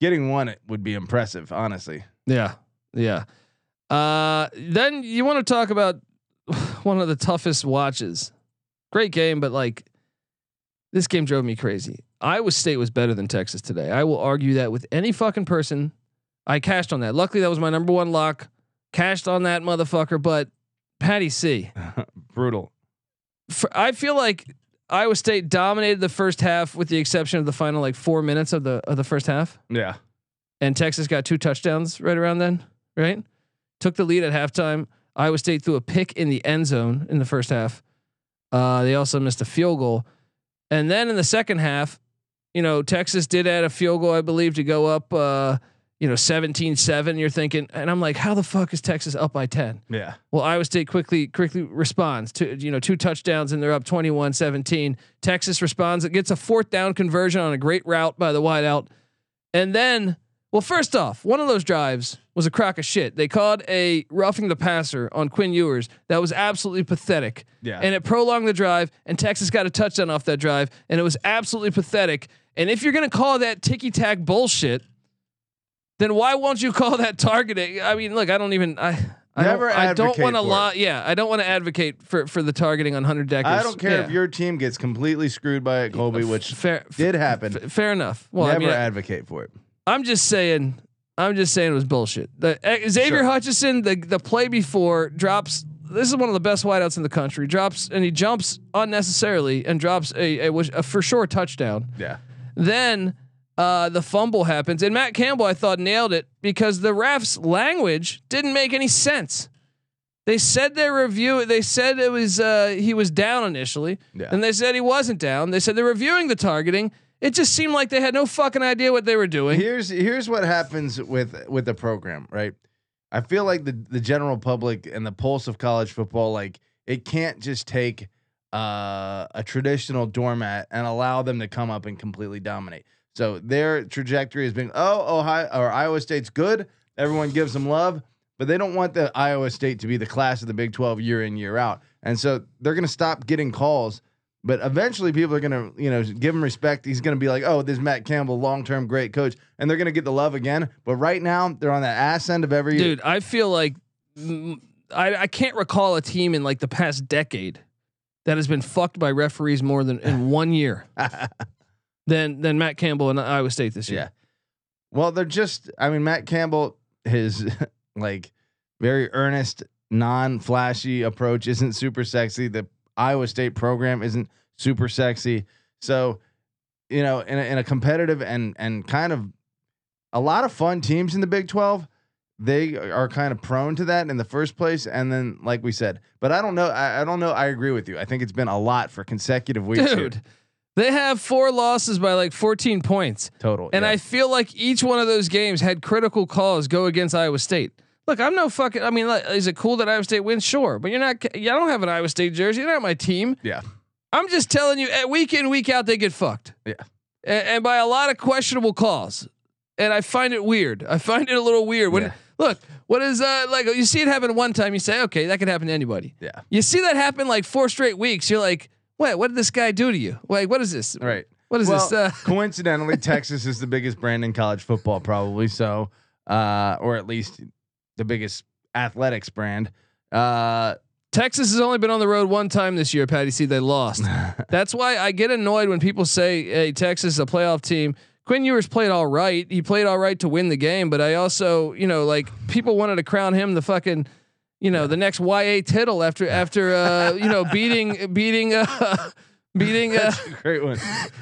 Speaker 6: Getting one would be impressive, honestly.
Speaker 1: Yeah. Yeah. Uh, then you want to talk about one of the toughest watches. Great game, but like this game drove me crazy. Iowa State was better than Texas today. I will argue that with any fucking person. I cashed on that. Luckily, that was my number one lock. Cashed on that motherfucker. But Patty C,
Speaker 6: Brutal.
Speaker 1: for, I feel like Iowa State dominated the first half, with the exception of the final like four minutes of the of the first half
Speaker 6: Yeah.
Speaker 1: and Texas got two touchdowns right around then, right? Took the lead at halftime. Iowa State threw a pick in the end zone in the first half. Uh, they also missed a field goal. And then in the second half, you know, Texas did add a field goal, I believe, to go up, uh, you know, 17 7. You're thinking, and I'm like, how the fuck is Texas up by 10?
Speaker 6: Yeah.
Speaker 1: Well, Iowa State quickly quickly responds to you know two touchdowns and they're up 21-17. Texas responds. It gets a fourth down conversion on a great route by the wideout. And then, well, first off, one of those drives was a crock of shit. They called a roughing the passer on Quinn Ewers. That was absolutely pathetic.
Speaker 6: Yeah.
Speaker 1: And it prolonged the drive and Texas got a touchdown off that drive and it was absolutely pathetic. And if you're going to call that ticky-tack bullshit, then why won't you call that targeting? I mean, look, I don't even I I
Speaker 6: Never
Speaker 1: don't, I don't
Speaker 6: advocate
Speaker 1: want to
Speaker 6: for it.
Speaker 1: lie. Yeah, I don't want to advocate for for the targeting on hundred deckers.
Speaker 6: I don't care
Speaker 1: Yeah.
Speaker 6: if your team gets completely screwed by it, Colby, which
Speaker 1: fair
Speaker 6: did happen.
Speaker 1: f- fair enough. Well,
Speaker 6: Never
Speaker 1: I mean, I-
Speaker 6: advocate for it.
Speaker 1: I'm just saying. I'm just saying it was bullshit. The, eh, Xavier
Speaker 6: Sure.
Speaker 1: Hutchinson, the the play before drops. This is one of the best wideouts in the country. Drops and he jumps unnecessarily and drops a, a, a for sure touchdown.
Speaker 6: Yeah.
Speaker 1: Then uh, the fumble happens, and Matt Campbell I thought nailed it because the refs' language didn't make any sense. They said their review. They said it was uh, he was down initially,
Speaker 6: Yeah.
Speaker 1: and they said he wasn't down. They said they're reviewing the targeting. It just seemed like they had no fucking idea what they were doing.
Speaker 6: Here's here's what happens with with the program, right? I feel like the the general public and the pulse of college football, like it can't just take uh, a traditional doormat and allow them to come up and completely dominate. So their trajectory has been, oh, Ohio or Iowa State's good. Everyone gives them love, but they don't want the Iowa State to be the class of the Big 12 year in year out. And so they're going to stop getting calls But eventually, people are gonna, you know, give him respect. He's gonna be like, "Oh, this is Matt Campbell, long-term great coach," and they're gonna get the love again. But right now, they're on that ass end of every
Speaker 1: dude. I feel like mm, I, I can't recall a team in like the past decade that has been fucked by referees more than in one year than than Matt Campbell and Iowa State this year.
Speaker 6: Well, they're just I mean Matt Campbell his like very earnest, non-flashy approach isn't super sexy. The Iowa State program isn't super sexy. So, you know, in a, in a competitive and and kind of a lot of fun teams in the Big 12, they are kind of prone to that in the first place and then like we said. But I don't know I, I don't know I agree with you. I think it's been a lot for consecutive weeks here.
Speaker 1: Dude, they have four losses by like 14 points.
Speaker 6: total.
Speaker 1: And
Speaker 6: yeah.
Speaker 1: I feel like each one of those games had critical calls go against Iowa State. Look, I'm no fucking. I mean, like, is it cool that Iowa State wins? Sure, but you're not. I don't have an Iowa State jersey. You're not my team.
Speaker 6: yeah.
Speaker 1: I'm just telling you, eh, week in week out, they get fucked.
Speaker 6: Yeah.
Speaker 1: A- and, by a lot of questionable calls. And I find it weird. I find it a little weird. When
Speaker 6: Yeah.
Speaker 1: look, what is uh like? You see it happen one time, you say, okay, that could happen to anybody.
Speaker 6: Yeah.
Speaker 1: You see that happen like four straight weeks. You're like, wait, what did this guy do to you? Wait, what is this?
Speaker 6: Right.
Speaker 1: What is
Speaker 6: Well,
Speaker 1: this? Uh,
Speaker 6: coincidentally, Texas is the biggest brand in college football, probably so, uh, or at least the biggest athletics brand. Uh,
Speaker 1: Texas has only been on the road one time this year, Patty. See, they lost. That's why I get annoyed when people say, "Hey, Texas is a playoff team." Quinn Ewers played all right. He played all right to win the game, but I also, you know, like people wanted to crown him the fucking, you know, the next YA Tittle after after uh, you know beating beating uh, beating uh,
Speaker 6: great one.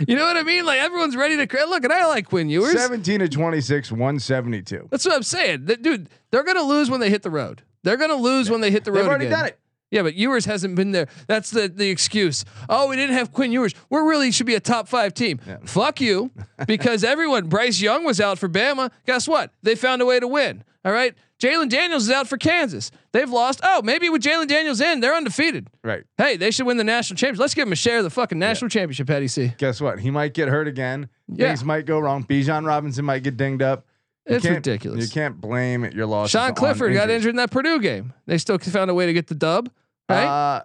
Speaker 1: you know what I mean? Like everyone's ready to crown. Look, and I like Quinn Ewers.
Speaker 6: Seventeen to twenty-six, one seventy-two.
Speaker 1: That's what I'm saying. That, dude, they're gonna lose when they hit the road. They're gonna lose when they hit the road.
Speaker 6: They've already
Speaker 1: again.
Speaker 6: done it.
Speaker 1: Yeah, but Ewers hasn't been there. That's the the excuse. Oh, we didn't have Quinn Ewers. We're really should be a top five team. Fuck you, because everyone. Bryce Young was out for Bama. Guess what? They found a way to win. All right. Jalen Daniels is out for Kansas. They've lost. Oh, maybe with Jalen Daniels in, they're undefeated.
Speaker 6: Right.
Speaker 1: Hey, they should win the national championship. Let's give them a share of the fucking national championship, Patty C.
Speaker 6: Guess what? He might get hurt again.
Speaker 1: Yeah.
Speaker 6: Things might go wrong. Bijan Robinson might get dinged up. You
Speaker 1: It's
Speaker 6: can't-
Speaker 1: ridiculous.
Speaker 6: You can't blame your loss.
Speaker 1: Sean Clifford got injured in that Purdue game. They still found a way to get the dub. Right.
Speaker 6: Uh,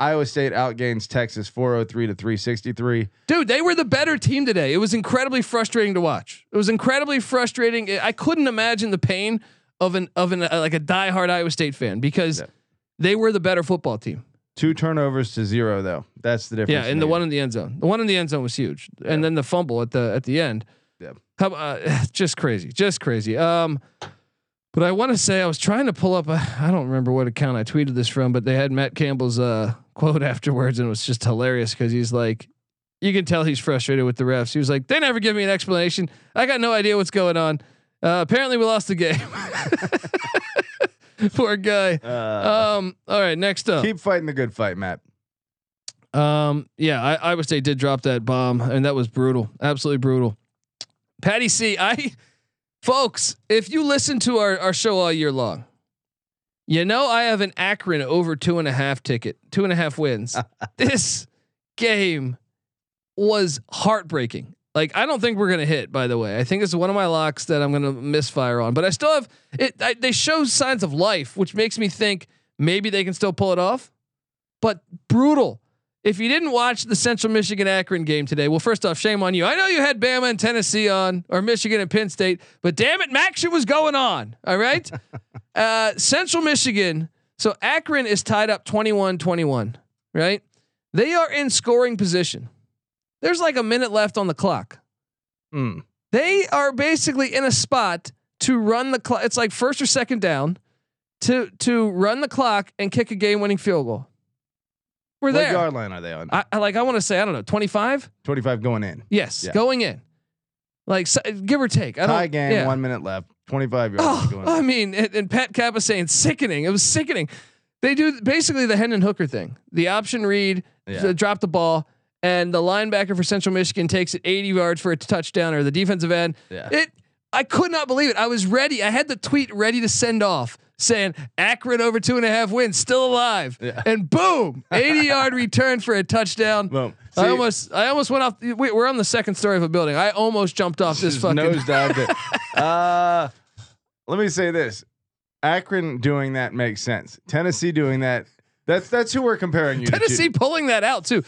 Speaker 6: Iowa State outgains Texas 403 to 363.
Speaker 1: Dude, they were the better team today. It was incredibly frustrating to watch. It was incredibly frustrating. I I couldn't imagine the pain of an of an uh, like a diehard Iowa State fan because
Speaker 6: Yeah.
Speaker 1: they were the better football team.
Speaker 6: Two turnovers to zero, though. That's the
Speaker 1: Yeah,
Speaker 6: difference.
Speaker 1: and the
Speaker 6: made.
Speaker 1: one in the end zone. The one in the end zone was huge. And then the fumble at the at the end.
Speaker 6: Yeah.
Speaker 1: How, uh, just crazy. Just crazy. Um but I want to say I was trying to pull up I I don't remember what account I tweeted this from, but they had Matt Campbell's uh quote afterwards and it was just hilarious cuz he's like you can tell he's frustrated with the refs. He was like, "They never give me an explanation. I got no idea what's going on. Uh, apparently, we lost the game." Poor guy.
Speaker 6: Uh,
Speaker 1: Um, all right, next up.
Speaker 6: keep fighting the good fight, Matt.
Speaker 1: Um, yeah, I, Iowa State did drop that bomb, and that was brutal, absolutely brutal. Patty C, I, folks, if you listen to our our show all year long, you know I have an Akron over two and a half ticket, two and a half wins. this game was heartbreaking. Like I don't think we're gonna hit. By the way, I think it's one of my locks that I'm gonna misfire on. But I still have it. I, they show signs of life, which makes me think maybe they can still pull it off. But brutal. If you didn't watch the Central Michigan Akron game today, well, first off, shame on you. I know you had Bama and Tennessee on, or Michigan and Penn State, but damn it, Max, shit was going on. All right. uh, Central Michigan. So Akron is tied up 21 21, right? They are in scoring position. There's like a minute left on the clock.
Speaker 6: Mm.
Speaker 1: They are basically in a spot to run the clock. It's like first or second down to to run the clock and kick a game winning field goal. We're
Speaker 6: what
Speaker 1: there.
Speaker 6: yard line are they on?
Speaker 1: I, I like I want to say I don't know 25.
Speaker 6: 25 going in.
Speaker 1: Yes,
Speaker 6: Yeah.
Speaker 1: going in, like so, give or take. I don't,
Speaker 6: Tie game,
Speaker 1: yeah.
Speaker 6: one minute left. 25 yards
Speaker 1: Oh,
Speaker 6: going
Speaker 1: I
Speaker 6: in.
Speaker 1: mean, and, and Pat Kappa saying sickening. It was sickening. They do basically the Hendon Hooker thing. The option read,
Speaker 6: Yeah.
Speaker 1: the drop the ball, and the linebacker for Central Michigan takes it 80 yards for a touchdown, or the defensive end.
Speaker 6: Yeah.
Speaker 1: It. I could not believe it. I was ready. I had the tweet ready to send off saying Akron over two and a half wins, still alive.
Speaker 6: Yeah.
Speaker 1: And boom, 80 yard return for a touchdown.
Speaker 6: Boom.
Speaker 1: I
Speaker 6: See-
Speaker 1: almost, I almost went off. We, we're on the second story of a building. I almost jumped off this
Speaker 6: Just
Speaker 1: fucking.
Speaker 6: nosedived it. Uh, let me say this. Akron doing that makes sense. Tennessee doing that. That's that's who we're comparing you
Speaker 1: Tennessee
Speaker 6: to.
Speaker 1: pulling that out too.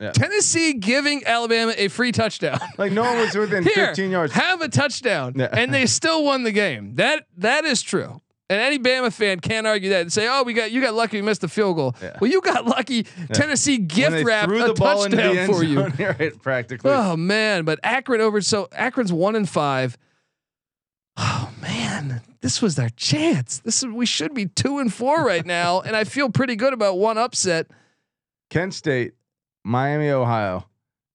Speaker 6: Yeah.
Speaker 1: Tennessee giving Alabama a free touchdown.
Speaker 6: Like no one was within
Speaker 1: Here,
Speaker 6: 15 yards.
Speaker 1: have a touchdown,
Speaker 6: Yeah.
Speaker 1: and they still won the game. That that is true. And any Bama fan can't argue that and say, "Oh, we got you got lucky, you missed the field goal."
Speaker 6: Yeah.
Speaker 1: Well, you got lucky. Tennessee
Speaker 6: When
Speaker 1: gift
Speaker 6: they
Speaker 1: wrapped
Speaker 6: threw
Speaker 1: a
Speaker 6: the ball into
Speaker 1: touchdown
Speaker 6: the end
Speaker 1: for you.
Speaker 6: zone, right, practically.
Speaker 1: Oh man, but Akron over. So Akron's one and five. Oh man, this was their chance. This is we should be two and four right now, and I feel pretty good about one upset.
Speaker 6: Kent State, Miami, Ohio,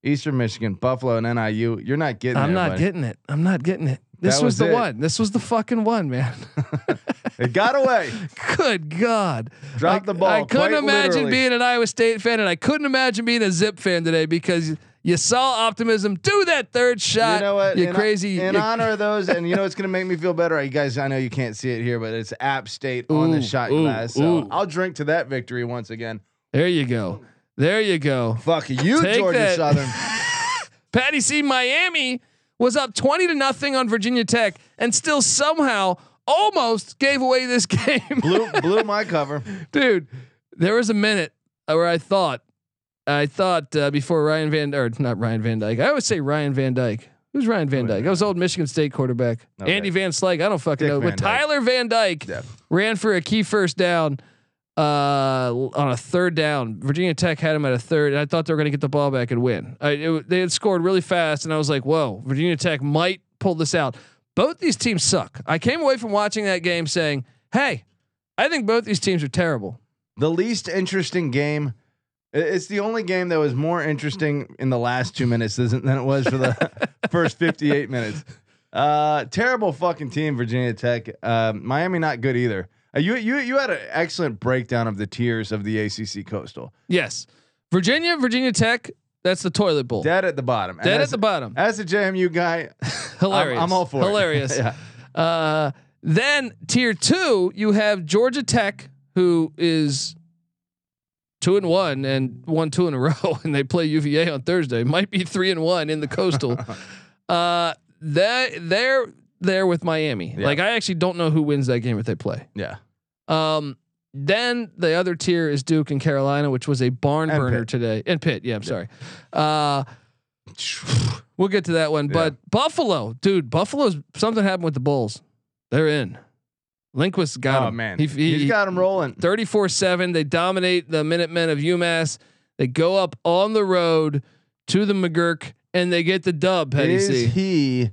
Speaker 6: Eastern Michigan, Buffalo, and NIU. You're not getting.
Speaker 1: I'm
Speaker 6: there,
Speaker 1: not
Speaker 6: buddy.
Speaker 1: getting it. I'm not getting it. This
Speaker 6: That
Speaker 1: was,
Speaker 6: was
Speaker 1: the
Speaker 6: it.
Speaker 1: one. This was the fucking one, man.
Speaker 6: It got away.
Speaker 1: Good God.
Speaker 6: Drop
Speaker 1: I-
Speaker 6: the ball.
Speaker 1: I couldn't
Speaker 6: quite
Speaker 1: imagine
Speaker 6: literally.
Speaker 1: being an Iowa State fan, and I couldn't imagine being a Zip fan today because you saw optimism. Do that third shot.
Speaker 6: You know what?
Speaker 1: You
Speaker 6: In-
Speaker 1: crazy.
Speaker 6: In
Speaker 1: you-
Speaker 6: honor of those, and you know it's gonna make me feel better. You guys, I know you can't see it here, but it's App State on
Speaker 1: Ooh,
Speaker 6: the shot
Speaker 1: ooh,
Speaker 6: glass. So
Speaker 1: ooh.
Speaker 6: I'll drink to that victory once again.
Speaker 1: there you go. There you go.
Speaker 6: Fuck you,
Speaker 1: Take
Speaker 6: Georgia
Speaker 1: that.
Speaker 6: Southern.
Speaker 1: Patty C. Miami was up 20 to nothing on Virginia Tech and still somehow almost gave away this game.
Speaker 6: blew blew my cover.
Speaker 1: Dude, there was a minute where I thought, I thought uh, before Ryan Van, or not Ryan Van Dyke. I always say Ryan Van Dyke. Who's Ryan Van Dyke? That was old Michigan State quarterback.
Speaker 6: Okay.
Speaker 1: Andy Van Slyke. I don't fucking
Speaker 6: Dick
Speaker 1: know.
Speaker 6: Van
Speaker 1: But
Speaker 6: Dyke.
Speaker 1: Tyler Van Dyke
Speaker 6: Yeah.
Speaker 1: ran for a key first down uh, on a third down. Virginia Tech had him at a third, and I thought they were going to get the ball back and win. I, it, they had scored really fast, and I was like, "Whoa, Virginia Tech might pull this out." Both these teams suck. I came away from watching that game saying, "Hey, I think both these teams are terrible."
Speaker 6: The least interesting game. i- It's the only game that was more interesting in the last two minutes than than it was for the first 58 minutes. Uh, terrible fucking team, Virginia Tech. Uh, Miami not good either. Uh, you you you had an excellent breakdown of the tiers of the ACC Coastal.
Speaker 1: Yes, Virginia, Virginia Tech. That's the toilet bowl.
Speaker 6: Dead at the bottom. And
Speaker 1: Dead
Speaker 6: as-
Speaker 1: at the bottom.
Speaker 6: As a JMU guy,
Speaker 1: Hilarious.
Speaker 6: I'm all for it.
Speaker 1: Hilarious.
Speaker 6: Yeah.
Speaker 1: Uh, then tier two, you have Georgia Tech, who is two and one and won two in a row, and they play UVA on Thursday. Might be three and one in the coastal. uh, they they're there with Miami.
Speaker 6: Yeah.
Speaker 1: Like I actually don't know who wins that game if they play.
Speaker 6: yeah,
Speaker 1: Um, then the other tier is Duke and Carolina, which was a barn
Speaker 6: And
Speaker 1: burner
Speaker 6: Pitt.
Speaker 1: today. And Pitt, yeah, I'm sorry. Uh, we'll get to that one.
Speaker 6: Yeah.
Speaker 1: But Buffalo, dude, Buffalo's something happened with the Bulls. They're in. Linquist got
Speaker 6: oh
Speaker 1: him.
Speaker 6: man,
Speaker 1: he,
Speaker 6: he, has got him rolling.
Speaker 1: 34 7. They dominate the Minutemen of UMass. They go up on the road to the McGurk and they get the dub, Petty
Speaker 6: Is
Speaker 1: C.
Speaker 6: he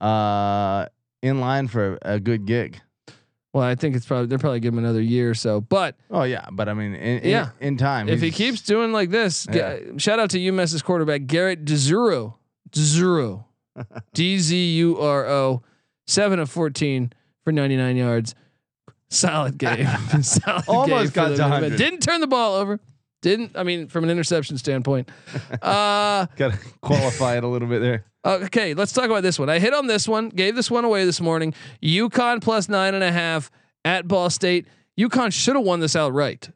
Speaker 6: uh, in line for a, a good gig?
Speaker 1: Well, I think it's probably, they're probably giving him another year or so. But
Speaker 6: Oh yeah, but I mean, in, in-
Speaker 1: Yeah.
Speaker 6: in time.
Speaker 1: if he
Speaker 6: he's-
Speaker 1: keeps doing like this, g-
Speaker 6: Yeah.
Speaker 1: shout out to UMass's quarterback Garrett Dzuro, Dzuro, D Z U R O, seven of fourteen for ninety nine yards. Solid game. Solid game
Speaker 6: Almost
Speaker 1: for
Speaker 6: got
Speaker 1: the
Speaker 6: to
Speaker 1: Minutemen.
Speaker 6: 100.
Speaker 1: Didn't turn the ball over. Didn't. I mean, from an interception standpoint. Uh,
Speaker 6: Got to qualify it a little bit there.
Speaker 1: okay, let's talk about this one. I hit on this one. Gave this one away this morning. UConn plus nine and a half at Ball State. UConn should have won this outright.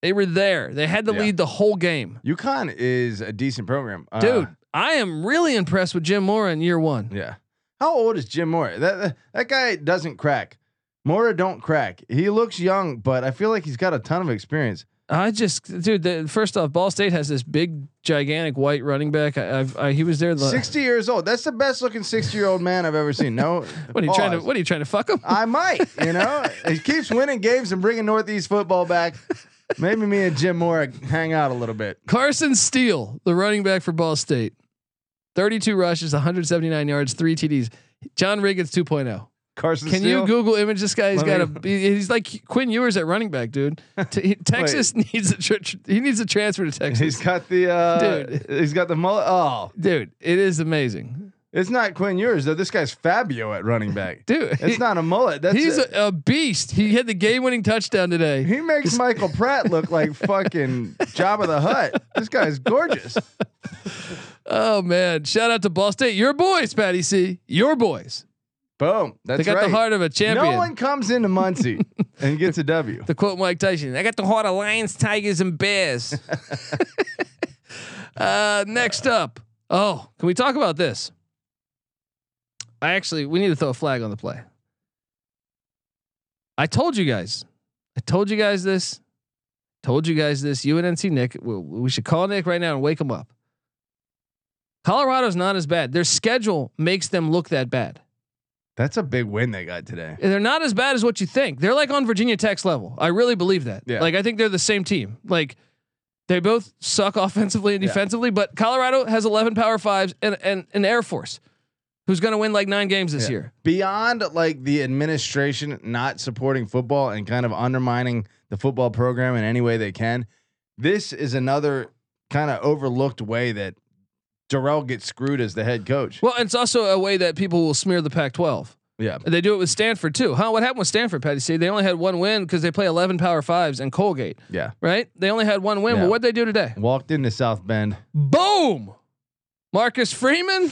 Speaker 1: They were there. They had to
Speaker 6: Yeah.
Speaker 1: lead the whole game.
Speaker 6: UConn is a decent program, Uh,
Speaker 1: Dude, I am really impressed with Jim Mora in year one.
Speaker 6: Yeah. How old is Jim Mora? That that, that guy doesn't crack. Mora don't crack. He looks young, but I feel like he's got a ton of experience.
Speaker 1: I just, dude. The, first off, Ball State has this big, gigantic white running back. I, I've, I, he was there. The,
Speaker 6: Sixty years old. That's the best looking sixty year old man I've ever seen. No,
Speaker 1: what are you trying to?
Speaker 6: pause.
Speaker 1: What are you trying to fuck him?
Speaker 6: I might. You know, he keeps winning games and bringing Northeast football back. Maybe me and Jim Mora hang out a little bit.
Speaker 1: Carson Steele, the running back for Ball State, thirty-two rushes, one hundred seventy-nine yards, three TDs. John Riggins 2.0.
Speaker 6: Carson,
Speaker 1: Can you
Speaker 6: Steele?
Speaker 1: Google image this guy? He's
Speaker 6: Let
Speaker 1: got a. he- He's like Quinn Ewers at running back, dude. T- he- Texas needs a. Tr- tr- he needs a transfer to Texas,
Speaker 6: He's got the uh,
Speaker 1: Dude.
Speaker 6: He's got the mullet. Oh,
Speaker 1: dude. It is amazing,
Speaker 6: it's not Quinn Ewers though. This guy's Fabio at running back.
Speaker 1: dude.
Speaker 6: It's not a mullet. That's
Speaker 1: He's
Speaker 6: a,
Speaker 1: a, a beast. He had the game-winning touchdown today.
Speaker 6: he makes Michael Pratt look like fucking Jabba the Hutt. This guy's gorgeous.
Speaker 1: Oh man! Shout out to Ball State. Your boys, Patty C. Your boys.
Speaker 6: Boom. That's
Speaker 1: They got
Speaker 6: right.
Speaker 1: the heart of a champion.
Speaker 6: No one comes into Muncie and gets a W.
Speaker 1: to quote Mike Tyson, "I got the heart of lions, tigers, and bears." uh, next up, oh, can we talk about this? I actually, we need to throw a flag on the play. I told you guys, I told you guys this. Told you guys this. You and NC Nick. We, we should call Nick right now and wake him up. Colorado's not as bad. Their schedule makes them look that bad.
Speaker 6: That's a big win they got today.
Speaker 1: They're not as bad as what you think. They're like on Virginia Tech's level. I really believe that.
Speaker 6: Yeah.
Speaker 1: Like I think they're the same team. Like they both suck offensively and
Speaker 6: Yeah.
Speaker 1: defensively, but Colorado has 11 power fives and and an Air Force who's going to win like 9 games this
Speaker 6: Yeah.
Speaker 1: year.
Speaker 6: Beyond like the administration not supporting football and kind of undermining the football program in any way they can, this is another kind of overlooked way that Darrell gets screwed as the head coach.
Speaker 1: Well, and it's also a way that people will smear the Pac-12.
Speaker 6: yeah.
Speaker 1: And They do it with Stanford too. Huh? What happened with Stanford, Patty? See, they only had one win because they play 11 power fives and Colgate,
Speaker 6: Yeah.
Speaker 1: right? They only had one win.
Speaker 6: Yeah.
Speaker 1: Well, what'd they do today?
Speaker 6: Walked into South Bend.
Speaker 1: Boom! Marcus Freeman,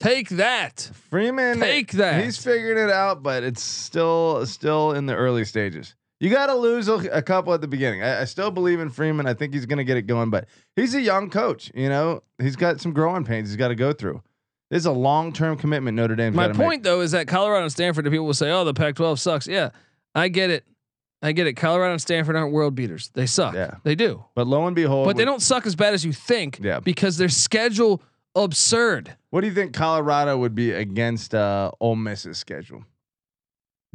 Speaker 1: take that.
Speaker 6: Freeman
Speaker 1: Take that.
Speaker 6: He's figuring it out, but it's still still in the early stages. You got to lose a, a couple at the beginning. I, I still believe in Freeman. I think he's going to get it going, but he's a young coach. You know, he's got some growing pains he's got to go through. This is a long term commitment Notre Dame's
Speaker 1: My
Speaker 6: gotta make.
Speaker 1: point though is that Colorado and Stanford, people will say, "Oh, the Pac-12 sucks." Yeah, I get it. I get it. Colorado and Stanford aren't world beaters. They suck.
Speaker 6: Yeah.
Speaker 1: They do.
Speaker 6: But lo and behold,
Speaker 1: But they
Speaker 6: we-
Speaker 1: don't suck as bad as you think
Speaker 6: Yeah.
Speaker 1: because their schedule absurd.
Speaker 6: What do you think Colorado would be against uh, Ole Miss's schedule?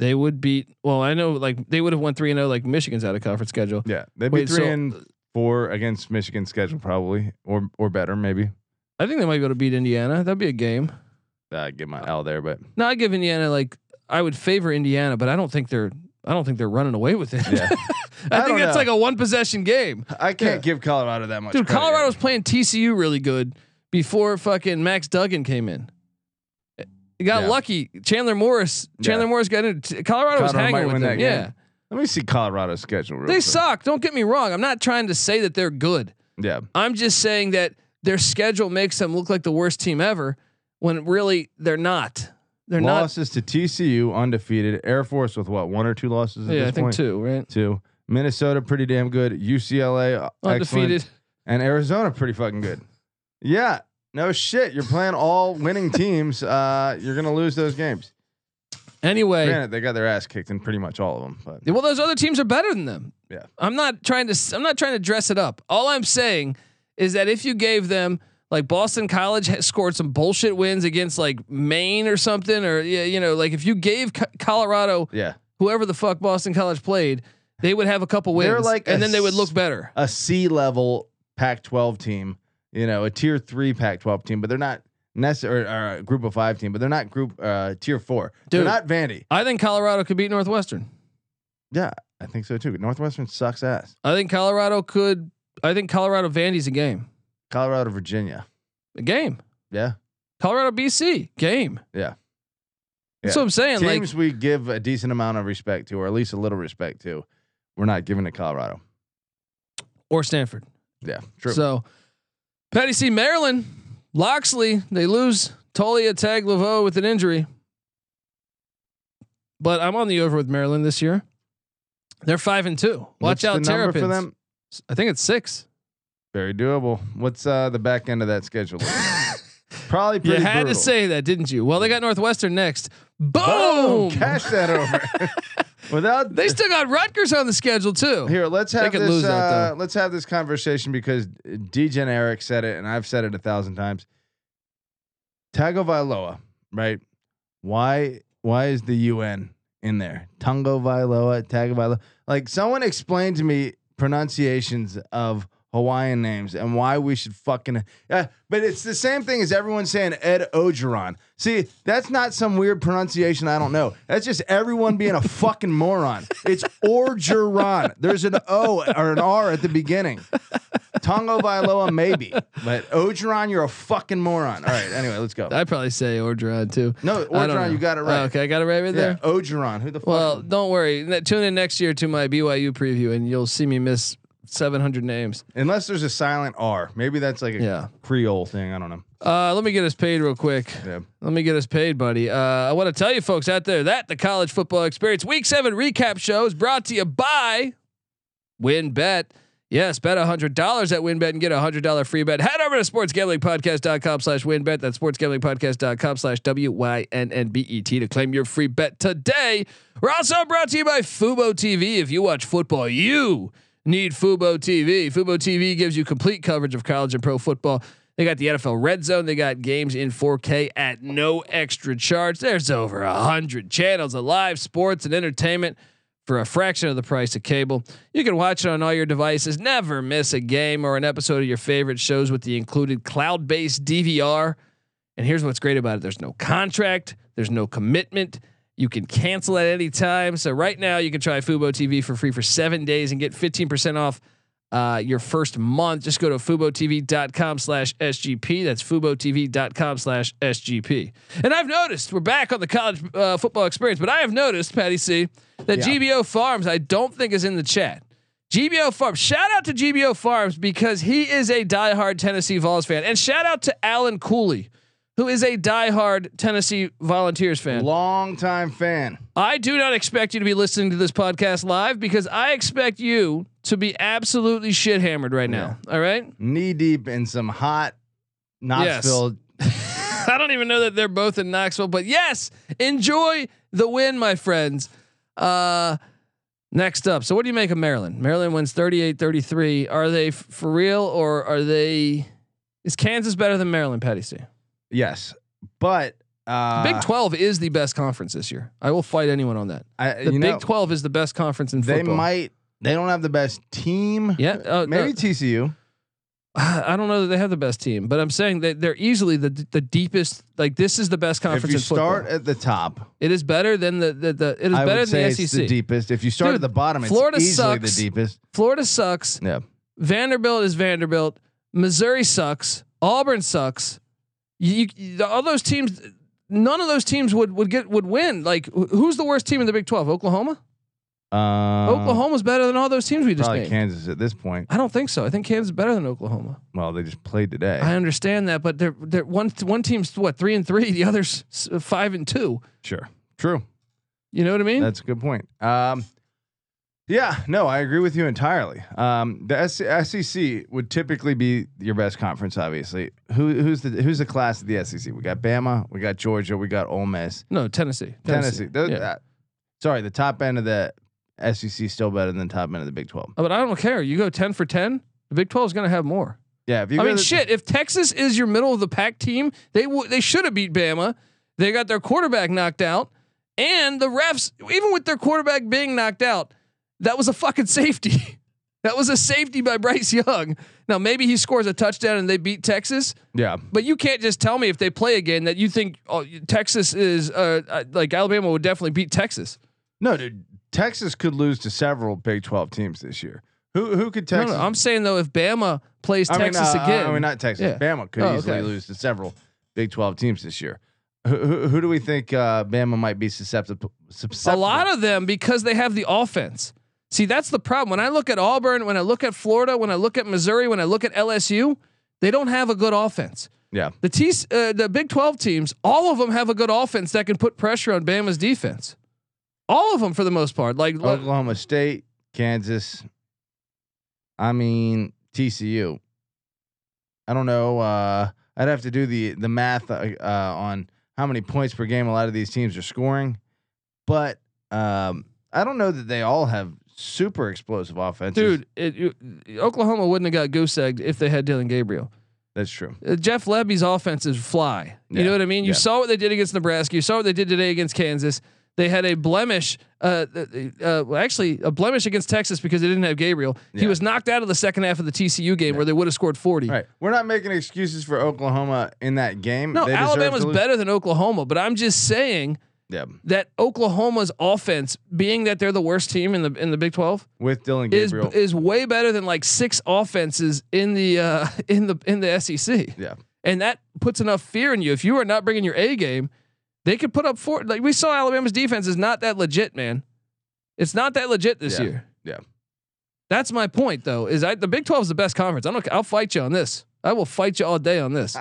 Speaker 1: They would beat well, I know like they would have won 3 and 0 like Michigan's out of conference schedule.
Speaker 6: Yeah, they'd be
Speaker 1: Wait,
Speaker 6: three
Speaker 1: so- uh,
Speaker 6: and four against Michigan's schedule, probably or or better, maybe.
Speaker 1: I think they might be able to beat Indiana. That'd be a game.
Speaker 6: I get
Speaker 1: Uh,
Speaker 6: my L there, but
Speaker 1: No, I give Indiana like I would favor Indiana, but I don't think they're I don't think they're running away with it.
Speaker 6: Yeah.
Speaker 1: I,
Speaker 6: I
Speaker 1: think
Speaker 6: don't
Speaker 1: that's
Speaker 6: know.
Speaker 1: like a one possession game.
Speaker 6: I can't
Speaker 1: Yeah.
Speaker 6: give Colorado that much.
Speaker 1: Dude,
Speaker 6: credit.
Speaker 1: Colorado's playing TCU really good before fucking Max Duggan came in. You got
Speaker 6: Yeah.
Speaker 1: lucky. Chandler Morris. Chandler
Speaker 6: Yeah.
Speaker 1: Morris got in. T- Colorado, was
Speaker 6: Colorado might
Speaker 1: hanging with
Speaker 6: win
Speaker 1: them.
Speaker 6: that game.
Speaker 1: Yeah,
Speaker 6: Let me see Colorado's schedule. Real
Speaker 1: they
Speaker 6: quick.
Speaker 1: suck. Don't get me wrong. I'm not trying to say that they're good.
Speaker 6: Yeah,
Speaker 1: I'm just saying that their schedule makes them look like the worst team ever, when really they're not. They're
Speaker 6: losses to TCU, undefeated. Air Force with what one or two losses?
Speaker 1: not.
Speaker 6: At
Speaker 1: Yeah,
Speaker 6: this
Speaker 1: I think
Speaker 6: point?
Speaker 1: two. Right.
Speaker 6: Two. Minnesota, pretty damn good. UCLA, uh,
Speaker 1: Undefeated.
Speaker 6: excellent. and Arizona, pretty fucking good. Yeah, no shit. You're playing all winning teams. Uh, you're gonna lose those games.
Speaker 1: Anyway,
Speaker 6: Granted, they got their ass kicked in pretty much all of them. But
Speaker 1: well, those other teams are better than them.
Speaker 6: Yeah.
Speaker 1: I'm not trying to. s- I'm not trying to dress it up. All I'm saying is that if you gave them like Boston College ha- scored some bullshit wins against like Maine or something, or yeah, you know, like if you gave Co- Colorado
Speaker 6: yeah,
Speaker 1: whoever the fuck Boston College played, they would have a couple wins,
Speaker 6: They're like
Speaker 1: and
Speaker 6: a
Speaker 1: then they would
Speaker 6: s-
Speaker 1: look better.
Speaker 6: a C level Pac-12 team. You know, a tier three Pac-12 team, but they're not necessarily or a group of five team, but they're not group uh, tier four.
Speaker 1: Dude.
Speaker 6: They're not Vandy.
Speaker 1: I think Colorado could beat Northwestern.
Speaker 6: Yeah, I think so too. Northwestern sucks ass.
Speaker 1: I think Colorado could. I think Colorado Vandy's a game.
Speaker 6: Colorado, Virginia.
Speaker 1: A game.
Speaker 6: Yeah,
Speaker 1: Colorado BC game.
Speaker 6: yeah.
Speaker 1: That's
Speaker 6: Yeah.
Speaker 1: what I'm saying. like
Speaker 6: Teams we give a decent amount of respect to, or at least a little respect to, we're not giving to Colorado.
Speaker 1: or Stanford.
Speaker 6: Yeah, true.
Speaker 1: So, Patty C. Maryland, Loxley, they lose Tolia Tagliavo with an injury. But I'm on the over with Maryland this year. They're five and two. Watch
Speaker 6: What's
Speaker 1: out,
Speaker 6: the number
Speaker 1: Terrapins.
Speaker 6: for them.
Speaker 1: I think it's six.
Speaker 6: Very doable. What's uh, the back end of that schedule? look like? Probably pretty.
Speaker 1: you had to
Speaker 6: brutal.
Speaker 1: say that, didn't you? Well, they got Northwestern next. Boom!
Speaker 6: Boom! Cash that over. Without
Speaker 1: They still got Rutgers on the schedule too.
Speaker 6: here, let's have
Speaker 1: could
Speaker 6: this.
Speaker 1: lose that,
Speaker 6: uh,
Speaker 1: though.
Speaker 6: let's have this conversation because DJ Eric said it, and I've said it a thousand times. Tagovailoa, right? Why? Why is the UN in there? Tungo Vailoa, Tagovailoa. Like someone explain to me pronunciations of Hawaiian names and why we should fucking. Uh, but it's the same thing as everyone saying Ed Ogeron. See, that's not some weird pronunciation I don't know. That's just everyone being a fucking moron. It's Orgeron. There's an O or an R at the beginning. Tongo Vailoa, maybe, but Ogeron, you're a fucking moron. All right, anyway, let's go.
Speaker 1: I'd probably say Orgeron too. I
Speaker 6: No,
Speaker 1: don't
Speaker 6: Orgeron,
Speaker 1: know.
Speaker 6: you got it right.
Speaker 1: Oh, okay, I got it right, right
Speaker 6: yeah,
Speaker 1: there.
Speaker 6: Ogeron. Who the fuck?
Speaker 1: Well, don't worry. Ne- Tune in next year to my BYU preview, and you'll see me miss 700 names.
Speaker 6: Unless there's a silent R. Maybe that's like a
Speaker 1: Yeah.
Speaker 6: Creole thing. I don't know.
Speaker 1: Uh, let me get us paid real quick.
Speaker 6: Yeah.
Speaker 1: Let me get us paid, buddy. Uh, I want to tell you folks out there that the College Football Experience Week 7 recap show is brought to you by WinBet. Yes, bet $100 at WinBet and get a $100 free bet. Head over to sportsgamblingpodcast.com slash WinBet. That's sportsgamblingpodcast.com slash W-Y-N-N-B-E-T E to claim your free bet today. We're also brought to you by Fubo TV. If you watch football, you need Fubo TV. Fubo TV gives you complete coverage of college and pro football. They got the NFL Red Zone. They got games in 4K at no extra charge. There's over a hundred channels of live sports and entertainment for a fraction of the price of cable. You can watch it on all your devices. Never miss a game or an episode of your favorite shows with the included cloud-based DVR. And here's what's great about it there's no contract, there's no commitment. You can cancel at any time. So right now, you can try Fubo TV for free for seven days and get 15% off uh, your first month. Just go to FuboTV.com slash SGP. That's FuboTV.com slash SGP. And I've noticed, we're back on the college uh, football experience, but I have noticed, Patty C, that
Speaker 6: Yeah.
Speaker 1: GBO Farms, I don't think is in the chat. GBO Farms. Shout out to GBO Farms because he is a diehard Tennessee Vols fan. And shout out to Alan Cooley, who is a diehard Tennessee Volunteers fan.
Speaker 6: Long time fan.
Speaker 1: I do not expect you to be listening to this podcast live because I expect you to be absolutely shit hammered right now. All right.
Speaker 6: Knee deep in some hot Knoxville.
Speaker 1: I don't even know that they're both in Knoxville, but yes, enjoy the win, my friends. Uh, next up. So, what do you make of Maryland? Maryland wins 38 33. Are they f- for real or are they. Is Kansas better than Maryland, Patty C?
Speaker 6: Yes. But uh,
Speaker 1: Big 12 is the best conference this year. I will fight anyone on that.
Speaker 6: I,
Speaker 1: The
Speaker 6: you
Speaker 1: Big
Speaker 6: know,
Speaker 1: 12 is the best conference in
Speaker 6: they
Speaker 1: football.
Speaker 6: might. They don't have the best team.
Speaker 1: Yeah. uh,
Speaker 6: Maybe
Speaker 1: no.
Speaker 6: TCU.
Speaker 1: I don't know that they have the best team, but I'm saying that they're easily the the deepest. Like this is the best
Speaker 6: If
Speaker 1: conference
Speaker 6: you
Speaker 1: in football.
Speaker 6: start at the top,
Speaker 1: it is better than the the, the it is
Speaker 6: I
Speaker 1: better
Speaker 6: would say
Speaker 1: than the E
Speaker 6: it's the
Speaker 1: SEC.
Speaker 6: deepest. If you start
Speaker 1: Dude,
Speaker 6: at the bottom, it's
Speaker 1: Florida
Speaker 6: easily
Speaker 1: sucks.
Speaker 6: the deepest.
Speaker 1: Florida sucks.
Speaker 6: Yeah.
Speaker 1: Vanderbilt is Vanderbilt. Missouri sucks. Auburn sucks. You, you- all those teams. None of those teams would would get would win. Like wh- who's the worst team in the Big Twelve? Oklahoma.
Speaker 6: Um,
Speaker 1: Oklahoma's better than all those teams we just
Speaker 6: Probably
Speaker 1: named.
Speaker 6: Kansas at this point.
Speaker 1: I don't think so. I think Kansas is better than Oklahoma.
Speaker 6: Well, they just played today.
Speaker 1: I understand that, but they're, they're one one team's what three and three, the others s- five and two.
Speaker 6: sure. True.
Speaker 1: You know what I mean?
Speaker 6: That's a good point. Um, yeah, no, I agree with you entirely. Um, the S- SEC would typically be your best conference, obviously. Who, who's the who's the class of the SEC? We got Bama, we got Georgia, we got Ole Miss,
Speaker 1: no, Tennessee.
Speaker 6: Tennessee. Tho-
Speaker 1: Yeah.
Speaker 6: that- sorry, the top end of the SEC is still better than the top end of the Big Twelve.
Speaker 1: but I don't care. You go ten for ten. The Big Twelve is going to have more.
Speaker 6: Yeah, if you
Speaker 1: I
Speaker 6: go
Speaker 1: mean,
Speaker 6: to-
Speaker 1: shit. If Texas is your middle of the pack team, they w- they should have beat Bama. They got their quarterback knocked out, and the refs, even with their quarterback being knocked out, that was a fucking safety. that was a safety by Bryce Young. Now maybe he scores a touchdown and they beat Texas.
Speaker 6: Yeah,
Speaker 1: But you can't just tell me if they play again that you think oh, Texas is uh, uh, like Alabama would definitely beat Texas.
Speaker 6: no, dude, Texas could lose to several Big Twelve teams this year. Who who could Texas?
Speaker 1: No, no, I'm saying though, if Bama plays
Speaker 6: I mean,
Speaker 1: Texas
Speaker 6: uh,
Speaker 1: again,
Speaker 6: I mean, not Texas.
Speaker 1: Yeah.
Speaker 6: Bama could
Speaker 1: Oh,
Speaker 6: easily
Speaker 1: okay.
Speaker 6: lose to several Big 12 teams this year. Who, who, who do we think uh, Bama might be susceptible?
Speaker 1: a
Speaker 6: susceptible?
Speaker 1: lot of them because they have the offense. See, that's the problem. When I look at Auburn, when I look at Florida, when I look at Missouri, when I look at LSU, they don't have a good offense.
Speaker 6: yeah,
Speaker 1: The T, uh, the Big Twelve teams, all of them have a good offense that can put pressure on Bama's defense. All of them, for the most part. Like,
Speaker 6: Oklahoma State, Kansas. I mean TCU. I don't know. Uh, I'd have to do the the math uh, uh, on how many points per game a lot of these teams are scoring, but um, I don't know that they all have super explosive offenses.
Speaker 1: dude, it, you, Oklahoma wouldn't have got goose egged if they had Dylan Gabriel.
Speaker 6: that's true.
Speaker 1: Uh, Jeff Levy's offenses fly. You
Speaker 6: Yeah.
Speaker 1: know what I mean? You
Speaker 6: Yeah.
Speaker 1: saw what they did against Nebraska. You saw what they did today against Kansas. They had a blemish, uh, uh, uh, well, actually a blemish against Texas because they didn't have Gabriel. He
Speaker 6: Yeah.
Speaker 1: was knocked out of the second half of the TCU game where they would have scored forty.
Speaker 6: All right. We're not making excuses for Oklahoma in that game.
Speaker 1: No,
Speaker 6: They deserve
Speaker 1: Alabama's
Speaker 6: to lose.
Speaker 1: better than Oklahoma, but I'm just saying
Speaker 6: Yeah.
Speaker 1: that Oklahoma's offense, being that they're the worst team in the in the Big Twelve,
Speaker 6: With Dylan
Speaker 1: is
Speaker 6: Gabriel.
Speaker 1: is way better than like six offenses in the uh, in the E in the SEC.
Speaker 6: yeah.
Speaker 1: and that puts enough fear in you. If you are not bringing your A game, they could put up four. Like we saw, Alabama's defense is not that legit, man. It's not that legit this
Speaker 6: Yeah.
Speaker 1: year.
Speaker 6: Yeah.
Speaker 1: That's my point, though. Is I the Big Twelve is the best conference. I don't. I'll fight you on this. I will fight you all day on this.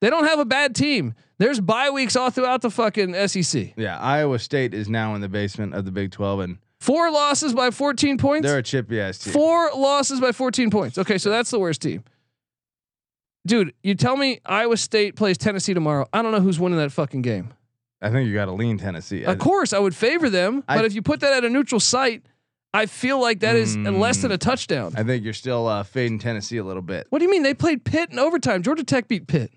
Speaker 1: they don't have a bad team. There's bye weeks all throughout the fucking E SEC.
Speaker 6: Yeah. Iowa State is now in the basement of the Big 12, and
Speaker 1: Four losses by 14 points.
Speaker 6: they're a chippy ass team.
Speaker 1: Four losses by 14 points. Okay, so that's the worst team. Dude, you tell me Iowa State plays Tennessee tomorrow. I don't know who's winning that fucking game.
Speaker 6: I think you got to lean Tennessee. I-
Speaker 1: Of course, I would favor them,
Speaker 6: I-
Speaker 1: but if you put that at a neutral site, I feel like that is less than a touchdown.
Speaker 6: Mm. I think you're still uh, fading Tennessee a little bit.
Speaker 1: What do you mean? They played Pitt in overtime. Georgia Tech beat Pitt.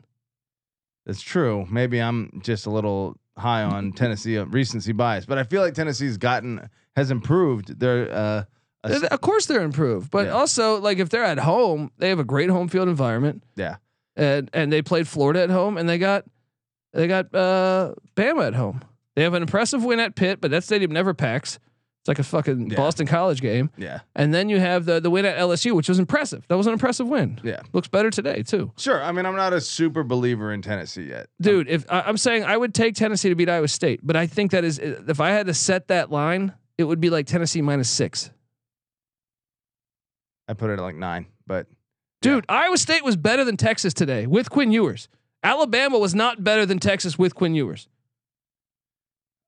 Speaker 6: That's true. Maybe I'm just a little high on Tennessee uh, recency bias, but I feel like Tennessee's gotten has improved. They're uh, a s-
Speaker 1: Uh, Of course they're improved, but
Speaker 6: Yeah.
Speaker 1: also like if they're at home, they have a great home field environment,
Speaker 6: yeah.
Speaker 1: and and they played Florida at home, and they got they got uh, Bama at home. They have an impressive win at Pitt, but that stadium never packs. It's like a fucking
Speaker 6: Yeah.
Speaker 1: Boston College game.
Speaker 6: Yeah.
Speaker 1: And then you have the the win at LSU, which was impressive. That was an impressive win.
Speaker 6: Yeah.
Speaker 1: looks better today too,
Speaker 6: Sure. I mean, I'm not a super believer in Tennessee yet.
Speaker 1: dude. If I, I'm saying I would take Tennessee to beat Iowa State, but I think that is if I had to set that line, it would be like Tennessee minus six.
Speaker 6: I put it at like nine, but
Speaker 1: Dude, Iowa State was better than Texas today with Quinn Ewers. Alabama was not better than Texas with Quinn Ewers.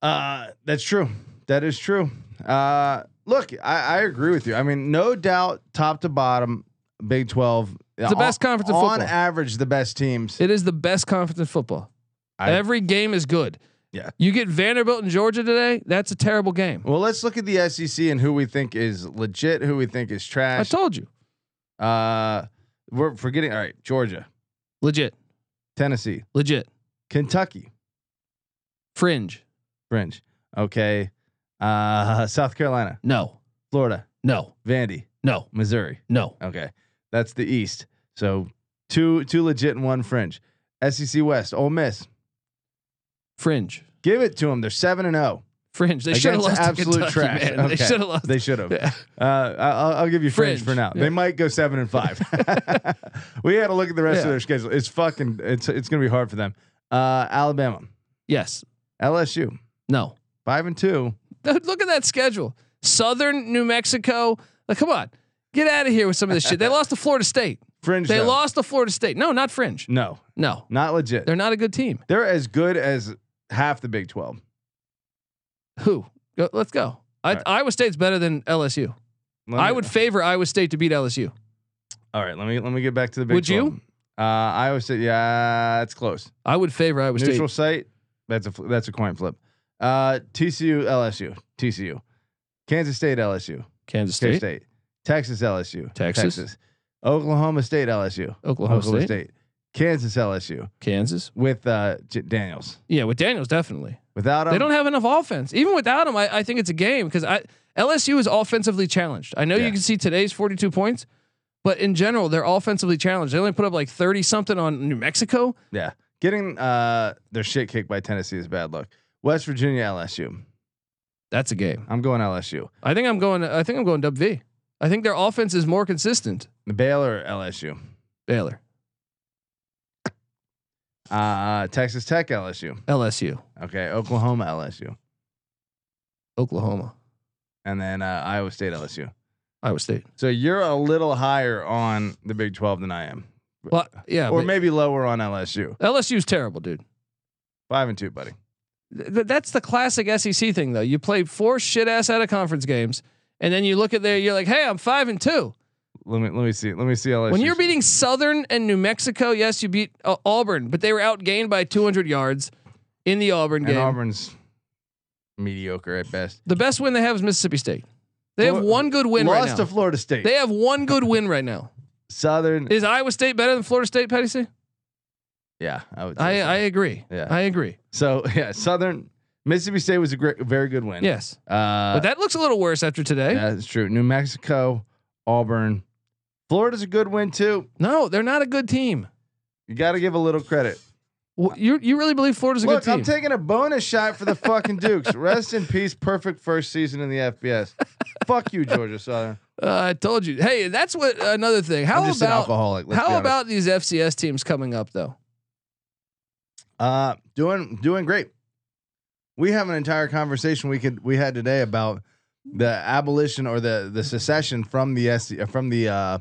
Speaker 6: uh, that's true. That is true. Uh, look, I, I agree with you. I mean, no doubt, top to bottom, Big Twelve.
Speaker 1: the best conference of
Speaker 6: on
Speaker 1: football.
Speaker 6: average, the best teams.
Speaker 1: It is the best conference in football.
Speaker 6: I-
Speaker 1: Every game is good.
Speaker 6: Yeah.
Speaker 1: You get Vanderbilt and Georgia today, that's a terrible game.
Speaker 6: well, let's look at the SEC and who we think is legit, who we think is
Speaker 1: I
Speaker 6: trash.
Speaker 1: told you.
Speaker 6: Uh, we're forgetting. All right, Georgia,
Speaker 1: Legit.
Speaker 6: Tennessee,
Speaker 1: Legit.
Speaker 6: Kentucky,
Speaker 1: Fringe.
Speaker 6: Fringe. Okay, uh, South Carolina,
Speaker 1: No.
Speaker 6: Florida,
Speaker 1: No.
Speaker 6: Vandy,
Speaker 1: No.
Speaker 6: Missouri.
Speaker 1: No.
Speaker 6: Okay, that's the East. So two two legit and one fringe. SEC West, Ole Miss.
Speaker 1: Fringe.
Speaker 6: Give it to them. They're seven and zero.
Speaker 1: Fringe. They should have lost
Speaker 6: Against
Speaker 1: to
Speaker 6: absolute
Speaker 1: Kentucky,
Speaker 6: trash.
Speaker 1: man. They
Speaker 6: Okay.
Speaker 1: should have lost.
Speaker 6: They should have.
Speaker 1: Yeah.
Speaker 6: Uh, I- I'll, I'll give you fringe,
Speaker 1: Fringe.
Speaker 6: for now.
Speaker 1: Yeah.
Speaker 6: They might go seven and five. we had to look at the rest of
Speaker 1: Yeah.
Speaker 6: their schedule. It's fucking. It's it's gonna be hard for them. Uh, Alabama,
Speaker 1: yes.
Speaker 6: LSU,
Speaker 1: No.
Speaker 6: five and two.
Speaker 1: Look at that schedule. Southern New Mexico. Like, come on. Get out of here with some of this shit. They lost to Florida State.
Speaker 6: Fringe.
Speaker 1: They
Speaker 6: though.
Speaker 1: lost to Florida State. No, not fringe.
Speaker 6: No,
Speaker 1: No,
Speaker 6: not legit.
Speaker 1: they're
Speaker 6: They're,
Speaker 1: not a good team.
Speaker 6: as good as half the Big Twelve.
Speaker 1: Who? Go, let's go. I,
Speaker 6: right.
Speaker 1: Iowa State's better than LSU.
Speaker 6: Let me-
Speaker 1: I would favor Iowa State to beat LSU.
Speaker 6: All right, let me let me get back to the Big
Speaker 1: Would
Speaker 6: 12.
Speaker 1: you?
Speaker 6: Uh, Iowa State. Yeah, it's close.
Speaker 1: I would favor Iowa
Speaker 6: Neutral
Speaker 1: State.
Speaker 6: site. That's a fl- that's a coin flip. Uh, TCU, LSU, TCU, Kansas State, LSU,
Speaker 1: Kansas State,
Speaker 6: K State, Texas, LSU,
Speaker 1: Texas.
Speaker 6: Oklahoma State, LSU,
Speaker 1: Oklahoma, State,
Speaker 6: Kansas, LSU
Speaker 1: Kansas.
Speaker 6: with uh, J- Daniels.
Speaker 1: Yeah, with Daniels definitely.
Speaker 6: Without him,
Speaker 1: They don't have enough offense. Even without him, I, I think it's a game because I LSU is offensively challenged. I know
Speaker 6: Yeah.
Speaker 1: you can see today's 42 points, but in general, they're offensively challenged. They only put up like 30 something on New Mexico.
Speaker 6: yeah, getting uh, their shit kicked by Tennessee is bad luck. West Virginia, LSU.
Speaker 1: That's a game.
Speaker 6: I'm going LSU.
Speaker 1: I think I'm going. I think I'm going Dub V. I think their offense is more consistent.
Speaker 6: Baylor, LSU.
Speaker 1: Baylor,
Speaker 6: Uh, Texas Tech, LSU.
Speaker 1: LSU,
Speaker 6: Okay, Oklahoma, LSU,
Speaker 1: Oklahoma,
Speaker 6: and then uh, Iowa State, LSU.
Speaker 1: Iowa State.
Speaker 6: So you're a little higher on the Big 12 than I am,
Speaker 1: Well, yeah,
Speaker 6: or
Speaker 1: but
Speaker 6: maybe lower on LSU.
Speaker 1: LSU's terrible, dude.
Speaker 6: Five and two, buddy.
Speaker 1: Th- th- that's the classic SEC thing, though. You play four shit ass out of conference games, and then you look at there, you're like, hey, I'm five and two.
Speaker 6: Let me let me see. Let me see LSU.
Speaker 1: When you're beating Southern and New Mexico, yes, you beat uh, Auburn, but they were outgained by 200 yards in the Auburn
Speaker 6: and
Speaker 1: game.
Speaker 6: Auburn's mediocre at best.
Speaker 1: The best win they have is Mississippi State. They have
Speaker 6: Flor-
Speaker 1: one good win
Speaker 6: Lost
Speaker 1: right now.
Speaker 6: to Florida State.
Speaker 1: they have one good win right now.
Speaker 6: Southern.
Speaker 1: Is Iowa State better than Florida State, Patty C?
Speaker 6: yeah, I would.
Speaker 1: I,
Speaker 6: Say so.
Speaker 1: I agree.
Speaker 6: Yeah.
Speaker 1: I agree.
Speaker 6: so yeah, Southern. Mississippi State was a great, very good win.
Speaker 1: Yes.
Speaker 6: uh,
Speaker 1: but that eh? looks a little worse after today.
Speaker 6: that's true. New Mexico, Auburn, Florida's a good win too.
Speaker 1: No, they're not a good team.
Speaker 6: You got to give a little credit.
Speaker 1: Wh- You you really believe Florida's a
Speaker 6: Look,
Speaker 1: good
Speaker 6: I'm
Speaker 1: team?
Speaker 6: taking a bonus shot for the fucking Dukes. Rest in peace. Perfect first season in the FBS. Fuck you, Georgia Southern.
Speaker 1: uh, I told you. Hey, that's what another thing. How
Speaker 6: I'm just an
Speaker 1: about
Speaker 6: alcoholic. let's be
Speaker 1: how
Speaker 6: honest.
Speaker 1: about these FCS teams coming up though?
Speaker 6: Uh, doing doing great. We have an entire conversation we could we had today about the abolition or the the secession from the SC, uh, from the uh,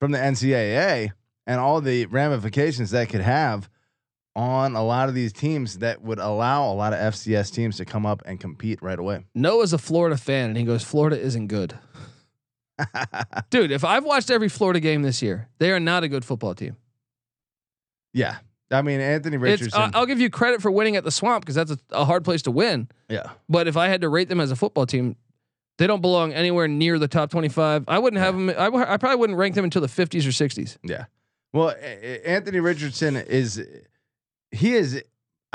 Speaker 6: from the NCAA and all the ramifications that could have on a lot of these teams that would allow a lot of FCS teams to come up and compete right away.
Speaker 1: Noah's a Florida fan, and he goes, "Florida isn't good." Dude, if I've watched every Florida game this year, they are not a good football team.
Speaker 6: yeah, I mean Anthony Richardson.
Speaker 1: It's, uh, I- I'll give you credit for winning at the Swamp because that's a, a hard place to win.
Speaker 6: yeah,
Speaker 1: But if I had to rate them as a football team, They don't belong anywhere near the top 25. I wouldn't have them. I, w- I probably wouldn't rank them until the 50s or 60s.
Speaker 6: Yeah. Well, A- A- Anthony Richardson is he is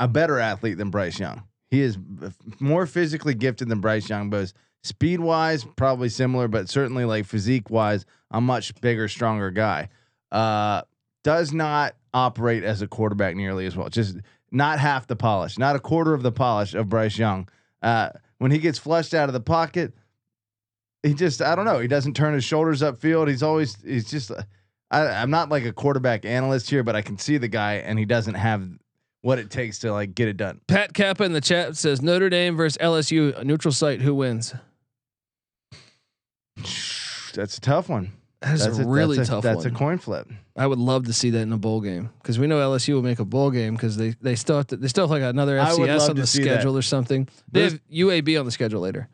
Speaker 6: a better athlete than Bryce Young. He is f- more physically gifted than Bryce Young, but speed wise, probably similar, but certainly like physique wise, a much bigger, stronger guy. Uh, does not operate as a quarterback nearly as well. Just not half the polish, not a quarter of the polish of Bryce Young. Uh, when he gets flushed out of the pocket, he just I don't know. He doesn't turn his shoulders upfield. He's always he's just uh, I, I'm not like a quarterback analyst here, but I can see the guy and he doesn't have what it takes to like get it done.
Speaker 1: Pat Kappa in the chat says Notre Dame versus LSU, a neutral site. Who wins?
Speaker 6: That's a tough one.
Speaker 1: That's, a, really tough
Speaker 6: That's
Speaker 1: one.
Speaker 6: a coin flip.
Speaker 1: I would love to see that in a bowl game because we know LSU will make a bowl game because they they still have to, they still have like another
Speaker 6: I would
Speaker 1: FCS
Speaker 6: love
Speaker 1: on
Speaker 6: to
Speaker 1: the
Speaker 6: see that.
Speaker 1: schedule or something. They
Speaker 6: This-
Speaker 1: have UAB on the schedule later.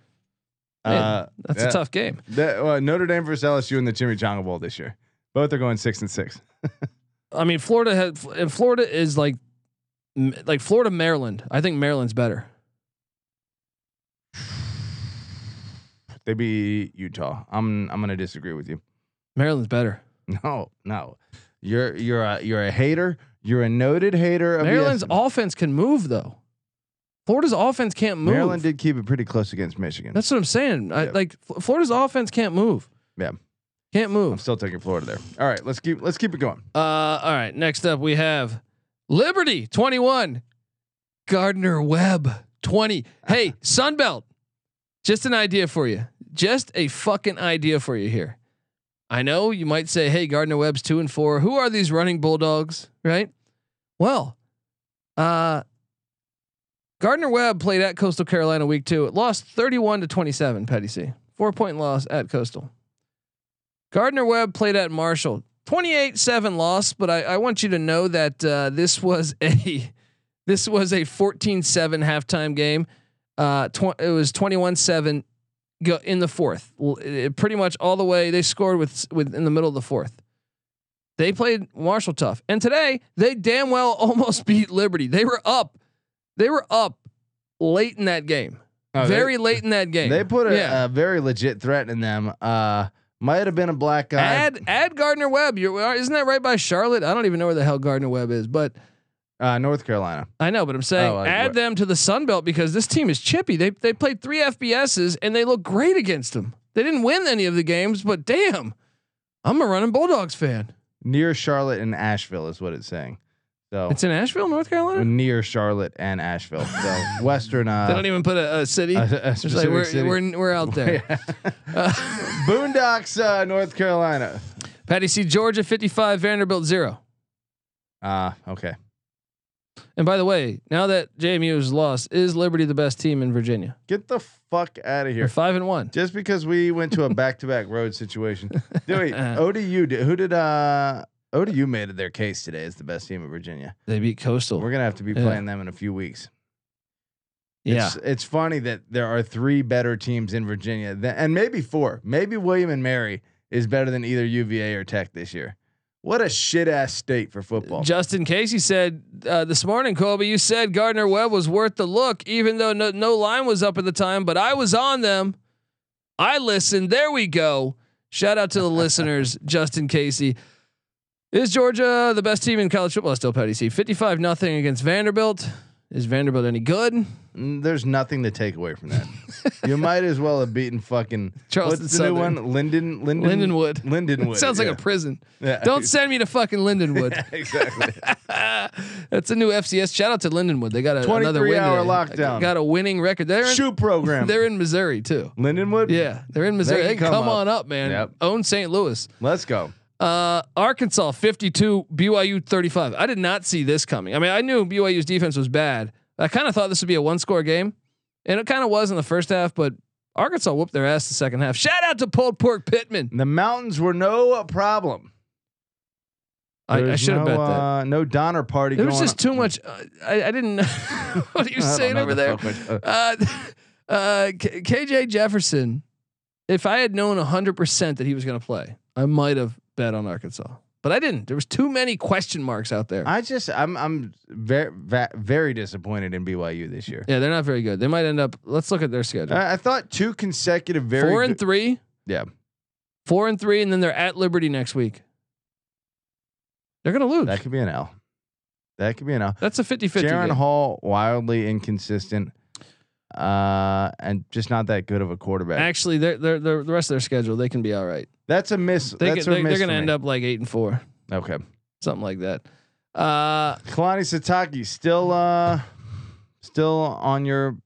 Speaker 1: Man,
Speaker 6: Uh,
Speaker 1: That's
Speaker 6: yeah.
Speaker 1: a tough game.
Speaker 6: The, uh, Notre Dame versus LSU in the Chimichanga Bowl this year. Both are going six and six.
Speaker 1: I mean, Florida had and Florida is like m- like Florida Maryland. I think Maryland's better.
Speaker 6: They beat Utah. I'm I'm gonna disagree with you.
Speaker 1: Maryland's better.
Speaker 6: No, no. You're you're a you're a hater. You're a noted hater of E
Speaker 1: Maryland's
Speaker 6: the-
Speaker 1: offense can move though. Florida's offense can't move.
Speaker 6: Maryland did keep it pretty close against Michigan.
Speaker 1: That's what I'm saying. I,
Speaker 6: Yeah.
Speaker 1: like F- Florida's offense can't move.
Speaker 6: Yeah.
Speaker 1: Can't
Speaker 6: I'm
Speaker 1: move.
Speaker 6: still taking Florida there. All right, let's keep let's keep it going.
Speaker 1: Uh, all right. Next up, we have Liberty 21, Gardner Webb 20. Hey, Sunbelt, just an idea for you. Just a fucking idea for you here. I know you might say, hey, Gardner Webb's two and four. Who are these running Bulldogs, right? Well, uh, Gardner Webb played at Coastal Carolina week two. It lost 31 to 27, Petty C. Four point loss at Coastal. Gardner Webb played at Marshall. 28 7 loss, but I, I want you to know that uh, this was a this was a 14 7 halftime game. Uh, tw- it was 21 7 go in the fourth. L- it- it pretty much all the way they scored with with in the middle of the fourth. They played Marshall tough. And today they damn well almost beat Liberty. They were up. They were up late in that game.
Speaker 6: Oh, they-
Speaker 1: Very late in that game.
Speaker 6: They put a,
Speaker 1: Yeah.
Speaker 6: a very legit threat in them. Uh, might have been a black guy.
Speaker 1: Add add Gardner Webb. You're, uh, isn't that right by Charlotte? I don't even know where the hell Gardner Webb is, but
Speaker 6: uh, North Carolina.
Speaker 1: I know. But I'm saying
Speaker 6: Oh, I-
Speaker 1: add
Speaker 6: what-
Speaker 1: them to the Sun Belt because this team is chippy. They they played three FBSs and they look great against them. They didn't win any of the games, but damn, I'm a running Bulldogs fan.
Speaker 6: Near Charlotte and Asheville is what it's saying. So
Speaker 1: It's in Asheville, North Carolina.
Speaker 6: near Charlotte and Asheville. So western uh,
Speaker 1: They don't even put a, a city.
Speaker 6: a- a
Speaker 1: It's just like
Speaker 6: specific
Speaker 1: we're,
Speaker 6: city.
Speaker 1: we're we're out there. Uh,
Speaker 6: Boondocks, uh, North Carolina.
Speaker 1: Patty C. Georgia 55, Vanderbilt zero.
Speaker 6: Uh, okay.
Speaker 1: And by the way, now that JMU is lost, is Liberty the best team in Virginia?
Speaker 6: Get the fuck out
Speaker 1: They're
Speaker 6: of here.
Speaker 1: five and one.
Speaker 6: Just because we went to a back-to-back road situation. Dewey,
Speaker 1: Uh-huh.
Speaker 6: ODU did, who did uh ODU made it their case today as the best team of Virginia.
Speaker 1: They beat Coastal.
Speaker 6: We're gonna have to be
Speaker 1: Yeah.
Speaker 6: playing them in a few weeks.
Speaker 1: yeah.
Speaker 6: It's, it's funny that there are three better teams in Virginia, than, and maybe four. Maybe William and Mary is better than either UVA or Tech this year. What a shit ass state for football.
Speaker 1: Justin Casey said uh, this morning, Colby, you said Gardner Webb was worth the look, even though no, no line was up at the time, but I was on them. I listened. There we go. Shout out to the listeners, Justin Casey. Is Georgia the best team in college football still, Patty C? 55 nothing against Vanderbilt. Is Vanderbilt any good?
Speaker 6: Mm, There's nothing to take away from that. you might as well have beaten fucking
Speaker 1: Charleston
Speaker 6: What's the new
Speaker 1: Southern.
Speaker 6: one? Linden, Linden,
Speaker 1: Lindenwood.
Speaker 6: Lindenwood.
Speaker 1: Sounds like a prison.
Speaker 6: Yeah.
Speaker 1: Don't send me to fucking Lindenwood.
Speaker 6: a exactly.
Speaker 1: That's a new FCS. Shout out to Lindenwood. They got a, another
Speaker 6: 23
Speaker 1: win.
Speaker 6: hour
Speaker 1: today.
Speaker 6: lockdown.
Speaker 1: Got a winning record. They're in,
Speaker 6: Shoe program.
Speaker 1: they're in Missouri too.
Speaker 6: Lindenwood.
Speaker 1: Yeah, they're in Missouri.
Speaker 6: can
Speaker 1: They come,
Speaker 6: come up.
Speaker 1: on up, man.
Speaker 6: Yep.
Speaker 1: Own St. Louis.
Speaker 6: Let's go.
Speaker 1: Uh, Arkansas 52, BYU 35. I did not see this coming. I mean, I knew BYU's defense was bad. I kind of thought this would be a one score game, and it kind of was in the first half, but Arkansas whooped their ass the second half. Shout out to Pulled Pork Pittman.
Speaker 6: The mountains were no uh, problem.
Speaker 1: I, I
Speaker 6: There's
Speaker 1: should have
Speaker 6: no,
Speaker 1: bet that.
Speaker 6: Uh, no Donner party.
Speaker 1: There
Speaker 6: going
Speaker 1: was just
Speaker 6: on.
Speaker 1: too much. Uh, I, I didn't know. what are you
Speaker 6: I don't
Speaker 1: saying
Speaker 6: know
Speaker 1: over
Speaker 6: the
Speaker 1: there?
Speaker 6: fuck what- uh,
Speaker 1: Uh, uh, K- KJ Jefferson, if I had known 100% that he was going to play, I might have bet on Arkansas. but I didn't. There was too many question marks out there.
Speaker 6: I just I'm I'm very very disappointed in BYU this year.
Speaker 1: yeah, they're not very good. They might end up. Let's look at their schedule.
Speaker 6: I, I thought two consecutive Uh, very
Speaker 1: four and
Speaker 6: good-
Speaker 1: three,
Speaker 6: yeah
Speaker 1: four and three, and then they're at Liberty next week. They're gonna lose.
Speaker 6: that could be an L. That could be an L.
Speaker 1: That's a 50-50
Speaker 6: Jaron
Speaker 1: game.
Speaker 6: Hall wildly inconsistent, uh, and just not that good of a quarterback.
Speaker 1: Actually, they're, they're, they're, the rest of their schedule, they can be all right.
Speaker 6: That's a miss.
Speaker 1: They
Speaker 6: That's
Speaker 1: can,
Speaker 6: a
Speaker 1: they,
Speaker 6: miss
Speaker 1: are going to end up like eight and four,
Speaker 6: Okay.
Speaker 1: something like that. Uh,
Speaker 6: Kalani Sataki still uh still on your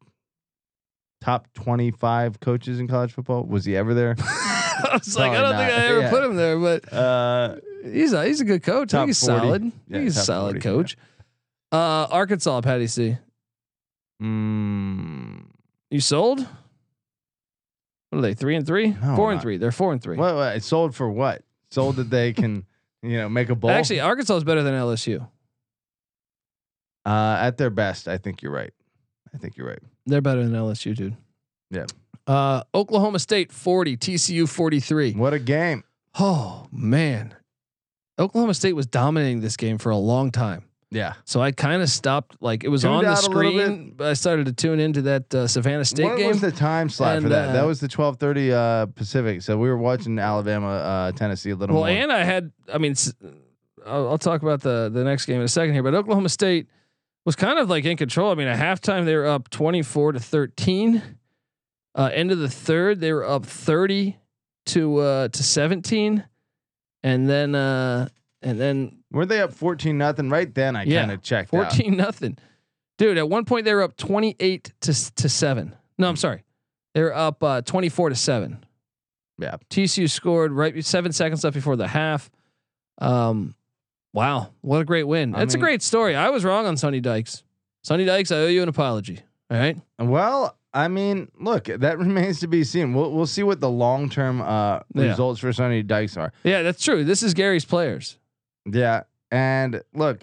Speaker 6: top 25 coaches in college football. Was he ever there?
Speaker 1: I was like, I
Speaker 6: Probably
Speaker 1: don't think
Speaker 6: not.
Speaker 1: I ever
Speaker 6: Yeah.
Speaker 1: put him there, but
Speaker 6: Uh
Speaker 1: he's a he's a good coach. I
Speaker 6: Top
Speaker 1: think he's
Speaker 6: 40.
Speaker 1: solid. I
Speaker 6: Yeah,
Speaker 1: think he's a
Speaker 6: top
Speaker 1: solid
Speaker 6: 40,
Speaker 1: coach. Uh, Arkansas, Patty C.
Speaker 6: mm,
Speaker 1: You sold? What are they? Three and three?
Speaker 6: No,
Speaker 1: four and
Speaker 6: not-
Speaker 1: three. They're four and three.
Speaker 6: what, what it sold for what? Sold that they can, you know, make a bowl.
Speaker 1: Actually, Arkansas is better than LSU.
Speaker 6: uh at their best, I think you're right. I think you're right.
Speaker 1: They're better than LSU, dude.
Speaker 6: Yeah.
Speaker 1: Uh, Oklahoma State forty, TCU forty three.
Speaker 6: What a game.
Speaker 1: Oh man, Oklahoma State was dominating this game for a long time.
Speaker 6: Yeah.
Speaker 1: So I kind of stopped. Like it was
Speaker 6: Tuned
Speaker 1: on the
Speaker 6: out a little
Speaker 1: screen, but I started to tune into that uh, Savannah State
Speaker 6: what
Speaker 1: game.
Speaker 6: was the time slot for
Speaker 1: And,
Speaker 6: that?
Speaker 1: uh,
Speaker 6: that was the 12:30 uh Pacific. So we were watching Alabama uh Tennessee a little
Speaker 1: well,
Speaker 6: more.
Speaker 1: and I had. I mean, s- I'll, I'll talk about the the next game in a second here, but Oklahoma State was kind of like in control. I mean, at halftime they were up twenty four to thirteen. Uh, end of the third, they were up thirty to uh, to seventeen, and then uh, and then
Speaker 6: were they up 14 nothing right then? I
Speaker 1: Yeah.
Speaker 6: kind of checked out.
Speaker 1: 14 nothing. Dude, at one point they were up 28 to s- to 7. No, I'm sorry. they were up uh, 24 to 7.
Speaker 6: Yeah.
Speaker 1: TCU scored right 7 seconds left before the half. Um wow, what a great win.
Speaker 6: I
Speaker 1: That's
Speaker 6: mean-
Speaker 1: a great story. I was wrong on Sonny Dykes. Sonny Dykes, I owe you an apology. All right?
Speaker 6: Well, I mean, look, that remains to be seen. We'll we'll see what the long term uh,
Speaker 1: Yeah.
Speaker 6: results for Sonny Dykes are.
Speaker 1: Yeah, that's true. This is Gary's players.
Speaker 6: Yeah, and look,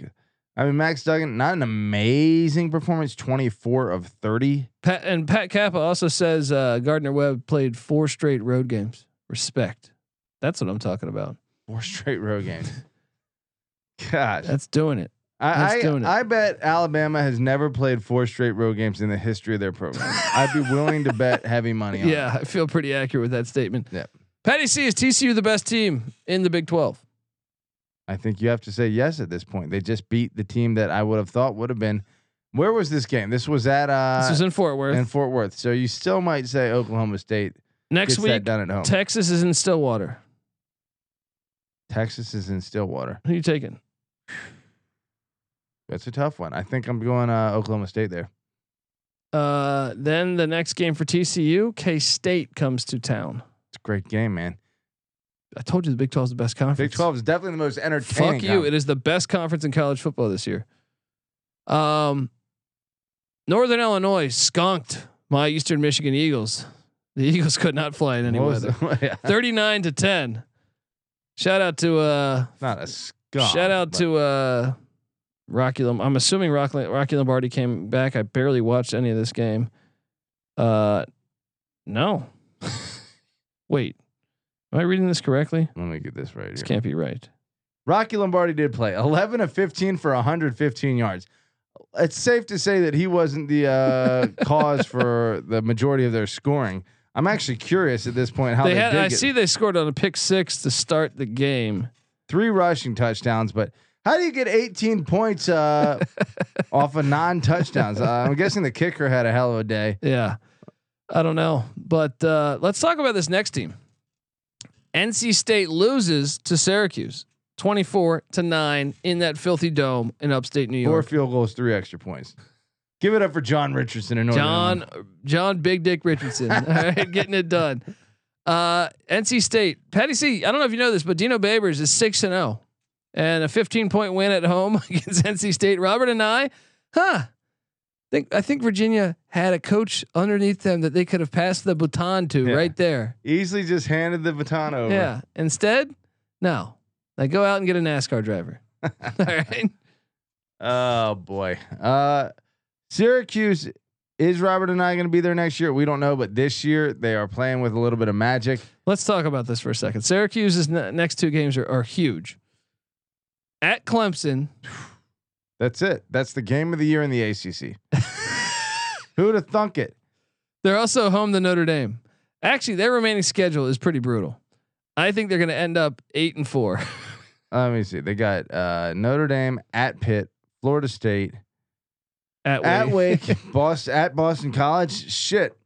Speaker 6: I mean, Max Duggan, not an amazing performance, twenty four of thirty.
Speaker 1: Pat and Pat Kappa also says uh, Gardner Webb played four straight road games. Respect. That's what I'm talking about.
Speaker 6: Four straight road games. Gosh,
Speaker 1: That's doing it.
Speaker 6: I
Speaker 1: that's doing it.
Speaker 6: I, I bet Alabama has never played four straight road games in the history of their program. I'd be willing to bet heavy money on. it.
Speaker 1: Yeah, I feel pretty accurate with that statement.
Speaker 6: Yeah.
Speaker 1: Patty C is TCU the best team in the Big 12.
Speaker 6: I think you have to say yes at this point. They just beat the team that I would have thought would have been. Where was this game? This was at uh,
Speaker 1: this was in Fort Worth.
Speaker 6: and Fort Worth. So you still might say Oklahoma State
Speaker 1: Next
Speaker 6: gets
Speaker 1: week,
Speaker 6: that done at home.
Speaker 1: Texas is in Stillwater.
Speaker 6: Texas is in Stillwater.
Speaker 1: Who you taking?
Speaker 6: That's a tough one. I think I'm going uh, Oklahoma State there.
Speaker 1: Uh, then the next game for TCU, K State comes to town.
Speaker 6: It's a great game, man.
Speaker 1: I told you the Big 12 is the best conference.
Speaker 6: Big 12 is definitely the most entertaining.
Speaker 1: Fuck you. It is the best conference in college football this year. Um, Northern Illinois skunked my Eastern Michigan Eagles. The Eagles could not fly in any
Speaker 6: What was
Speaker 1: weather.
Speaker 6: the- yeah,
Speaker 1: 39 to 10. Shout out to uh
Speaker 6: not a scum.
Speaker 1: shout out
Speaker 6: but
Speaker 1: to uh Rocky Lom- I'm assuming Rocky, Rocky Lombardi came back. I barely watched any of this game. Uh no. Wait. Am I reading this correctly?
Speaker 6: Let me get this right
Speaker 1: This
Speaker 6: here.
Speaker 1: can't be right.
Speaker 6: Rocky Lombardi did play 11 of 15 for 115 yards. It's safe to say that he wasn't the uh, cause for the majority of their scoring. I'm actually curious at this point how they,
Speaker 1: they had
Speaker 6: did
Speaker 1: I
Speaker 6: get
Speaker 1: see they scored on a pick 6 to start the game.
Speaker 6: three rushing touchdowns, but how do you get 18 points uh, off of non touchdowns? Uh, I'm guessing the kicker had a hell of a day.
Speaker 1: Yeah. I don't know. But uh, let's talk about this next team. NC State loses to Syracuse 24 to 9 in that filthy dome in upstate New
Speaker 6: Four
Speaker 1: York.
Speaker 6: field goals, three extra points. Give it up for John Richardson and
Speaker 1: John John Big Dick Richardson. All right, getting it done. Uh, NC State. Patty C, I don't know if you know this, but Dino Babers is 6 and 0 and a 15 point win at home against NC State. Robert and I, huh? Think I think Virginia had a coach underneath them that they could have passed the baton to
Speaker 6: Yeah.
Speaker 1: right there.
Speaker 6: easily just handed the baton over.
Speaker 1: Yeah. Instead, no. Like go out and get a NASCAR driver. All right.
Speaker 6: Oh boy. Uh Syracuse is Robert and I going to be there next year? We don't know, but this year they are playing with a little bit of magic.
Speaker 1: Let's talk about this for a second. Syracuse's ne- next two games are, are huge. at Clemson.
Speaker 6: That's it. That's the game of the year in the ACC. Who would have thunk it?
Speaker 1: They're also home to Notre Dame. Actually, their remaining schedule is pretty brutal. I think they're going to end up eight and four.
Speaker 6: Let me see. They got uh, Notre Dame at Pitt, Florida State
Speaker 1: At Wake.
Speaker 6: at Wake, Boston at Boston College. Shit,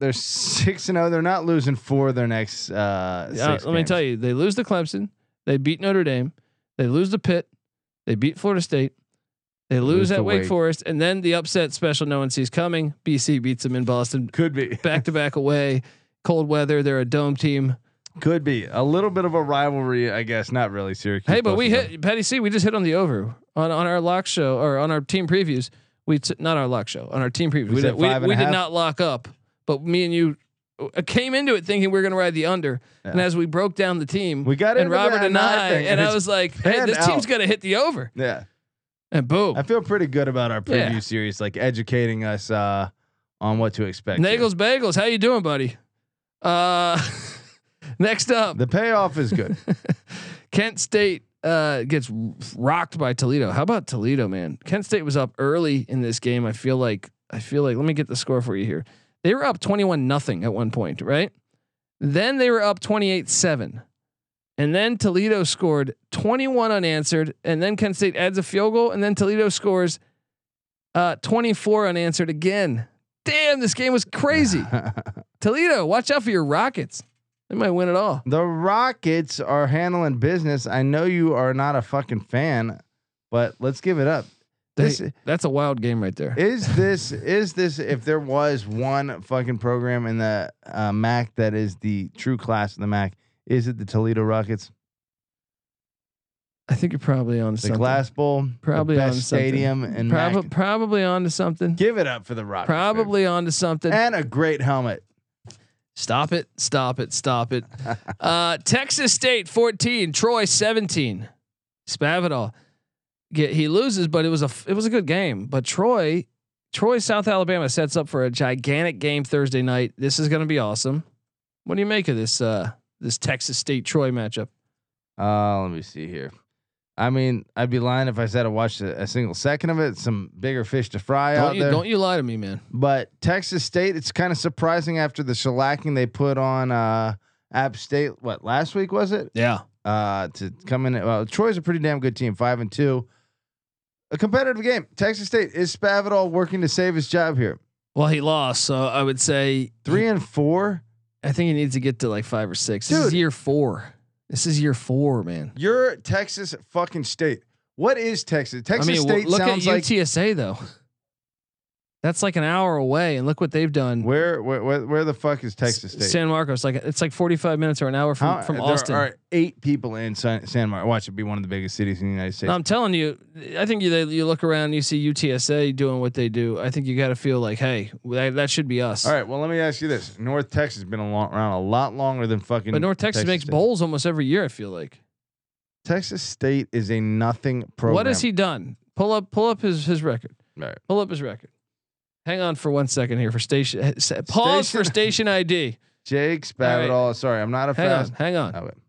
Speaker 6: they're six and zero. They're not losing four of their next. Uh,
Speaker 1: Uh, let me tell you, they lose to Clemson. They beat Notre Dame. They lose to Pitt. They beat Florida State. They lose,
Speaker 6: lose
Speaker 1: at
Speaker 6: to
Speaker 1: Wake
Speaker 6: Wake.
Speaker 1: Forest, and then the upset special no one sees coming. BC beats them in Boston,
Speaker 6: Could be,
Speaker 1: back to back away, cold weather. They're a dome team.
Speaker 6: could be a little bit of a rivalry, I guess. Not really Syracuse.
Speaker 1: Hey, but we
Speaker 6: Boston
Speaker 1: hit Petty C. We just hit on the over on on our lock show or on our team previews. We t- not our lock show on our team preview.
Speaker 6: We
Speaker 1: We,
Speaker 6: said
Speaker 1: did, we,
Speaker 6: five and
Speaker 1: we
Speaker 6: a
Speaker 1: did
Speaker 6: half?
Speaker 1: not lock up, but me and you uh, came into it thinking we were going to ride the under. And
Speaker 6: Yeah.
Speaker 1: as we broke down the team,
Speaker 6: We got
Speaker 1: and
Speaker 6: into
Speaker 1: Robert
Speaker 6: that
Speaker 1: and
Speaker 6: and
Speaker 1: I,
Speaker 6: I think,
Speaker 1: and
Speaker 6: and
Speaker 1: I
Speaker 6: it's
Speaker 1: was like, hey,
Speaker 6: panned
Speaker 1: this team's
Speaker 6: out.
Speaker 1: going to hit the over,
Speaker 6: Yeah,
Speaker 1: and boom.
Speaker 6: I feel pretty good about our preview
Speaker 1: Yeah.
Speaker 6: series, like educating us uh, on what to expect. here.
Speaker 1: Nagels bagels, how you doing, buddy? Uh, next up,
Speaker 6: The payoff is good.
Speaker 1: Kent State uh, gets rocked by Toledo. How about Toledo, man? Kent State was up early in this game. I feel like I feel like let me get the score for you here. They were up 21 nothing at one point, right? Then they were up 28-7. And then Toledo scored 21 unanswered and then Kent State adds a field goal and then Toledo scores uh 24 unanswered again. Damn, this game was crazy. Toledo, watch out for your Rockets. They might win it all.
Speaker 6: The Rockets are handling business. I know you are not a fucking fan, but let's give it up.
Speaker 1: They-
Speaker 6: This
Speaker 1: that's a wild game right there.
Speaker 6: is this is this if there was one fucking program in the uh, MAC that is the true class of the MAC, is it the Toledo Rockets?
Speaker 1: I think you're probably on to
Speaker 6: The
Speaker 1: something.
Speaker 6: Glass Bowl,
Speaker 1: probably
Speaker 6: the
Speaker 1: on
Speaker 6: best
Speaker 1: to something.
Speaker 6: stadium and
Speaker 1: Probably probably on to something.
Speaker 6: Give it up for the Rockets. baby.
Speaker 1: probably on to something.
Speaker 6: and a great helmet.
Speaker 1: Stop it! Stop it! Stop it! uh, Texas State 14, Troy 17. Spavital, get he loses, but it was a f- it was a good game. But Troy, Troy South Alabama sets up for a gigantic game Thursday night. This is going to be awesome. What do you make of this uh, this Texas State Troy matchup?
Speaker 6: Uh, let me see here. I mean, I'd be lying if I said I watched a, a single second of it. Some bigger fish to fry out
Speaker 1: Don't you
Speaker 6: there.
Speaker 1: don't you lie to me, man.
Speaker 6: But Texas State, it's kind of surprising after the shellacking they put on uh, App State. What last week was it?
Speaker 1: Yeah,
Speaker 6: Uh, to come in. Well, Troy's a pretty damn good team, five and two. A competitive game. Texas State is Spavital working to save his job here.
Speaker 1: Well, he lost, so I would say
Speaker 6: Three and four.
Speaker 1: I think he needs to get to like five or six. This is
Speaker 6: Dude.
Speaker 1: year four. This is year four, man.
Speaker 6: You're Texas fucking State. What is Texas? Texas
Speaker 1: I mean,
Speaker 6: State
Speaker 1: w- look at
Speaker 6: sounds like
Speaker 1: UTSA though. That's like an hour away, and look what they've done.
Speaker 6: where, where where where the fuck is Texas State?
Speaker 1: San Marcos, like it's like forty-five minutes or an hour from,
Speaker 6: How-
Speaker 1: from
Speaker 6: there
Speaker 1: Austin.
Speaker 6: are eight people in San, San Marcos. Watch it be one of the biggest cities in the United States.
Speaker 1: No, I'm telling you, I think you they, you look around, and you see UTSA doing what they do. I think you got to feel like, hey, that, that should be us.
Speaker 6: All right. Well, let me ask you this: North Texas has been a long, around a lot longer than fucking.
Speaker 1: but North Texas, makes
Speaker 6: State.
Speaker 1: bowls almost every year. I feel like.
Speaker 6: Texas State is a nothing program.
Speaker 1: What has he done? Pull up, pull up his his record.
Speaker 6: All right.
Speaker 1: Pull up his record. Hang on for one second here for station. Pause for
Speaker 6: Station-
Speaker 1: station ID. All
Speaker 6: Jake
Speaker 1: right.
Speaker 6: Spavital. Sorry, I'm not a
Speaker 1: Hang
Speaker 6: fast.
Speaker 1: on, hang on.
Speaker 6: Oh, wait.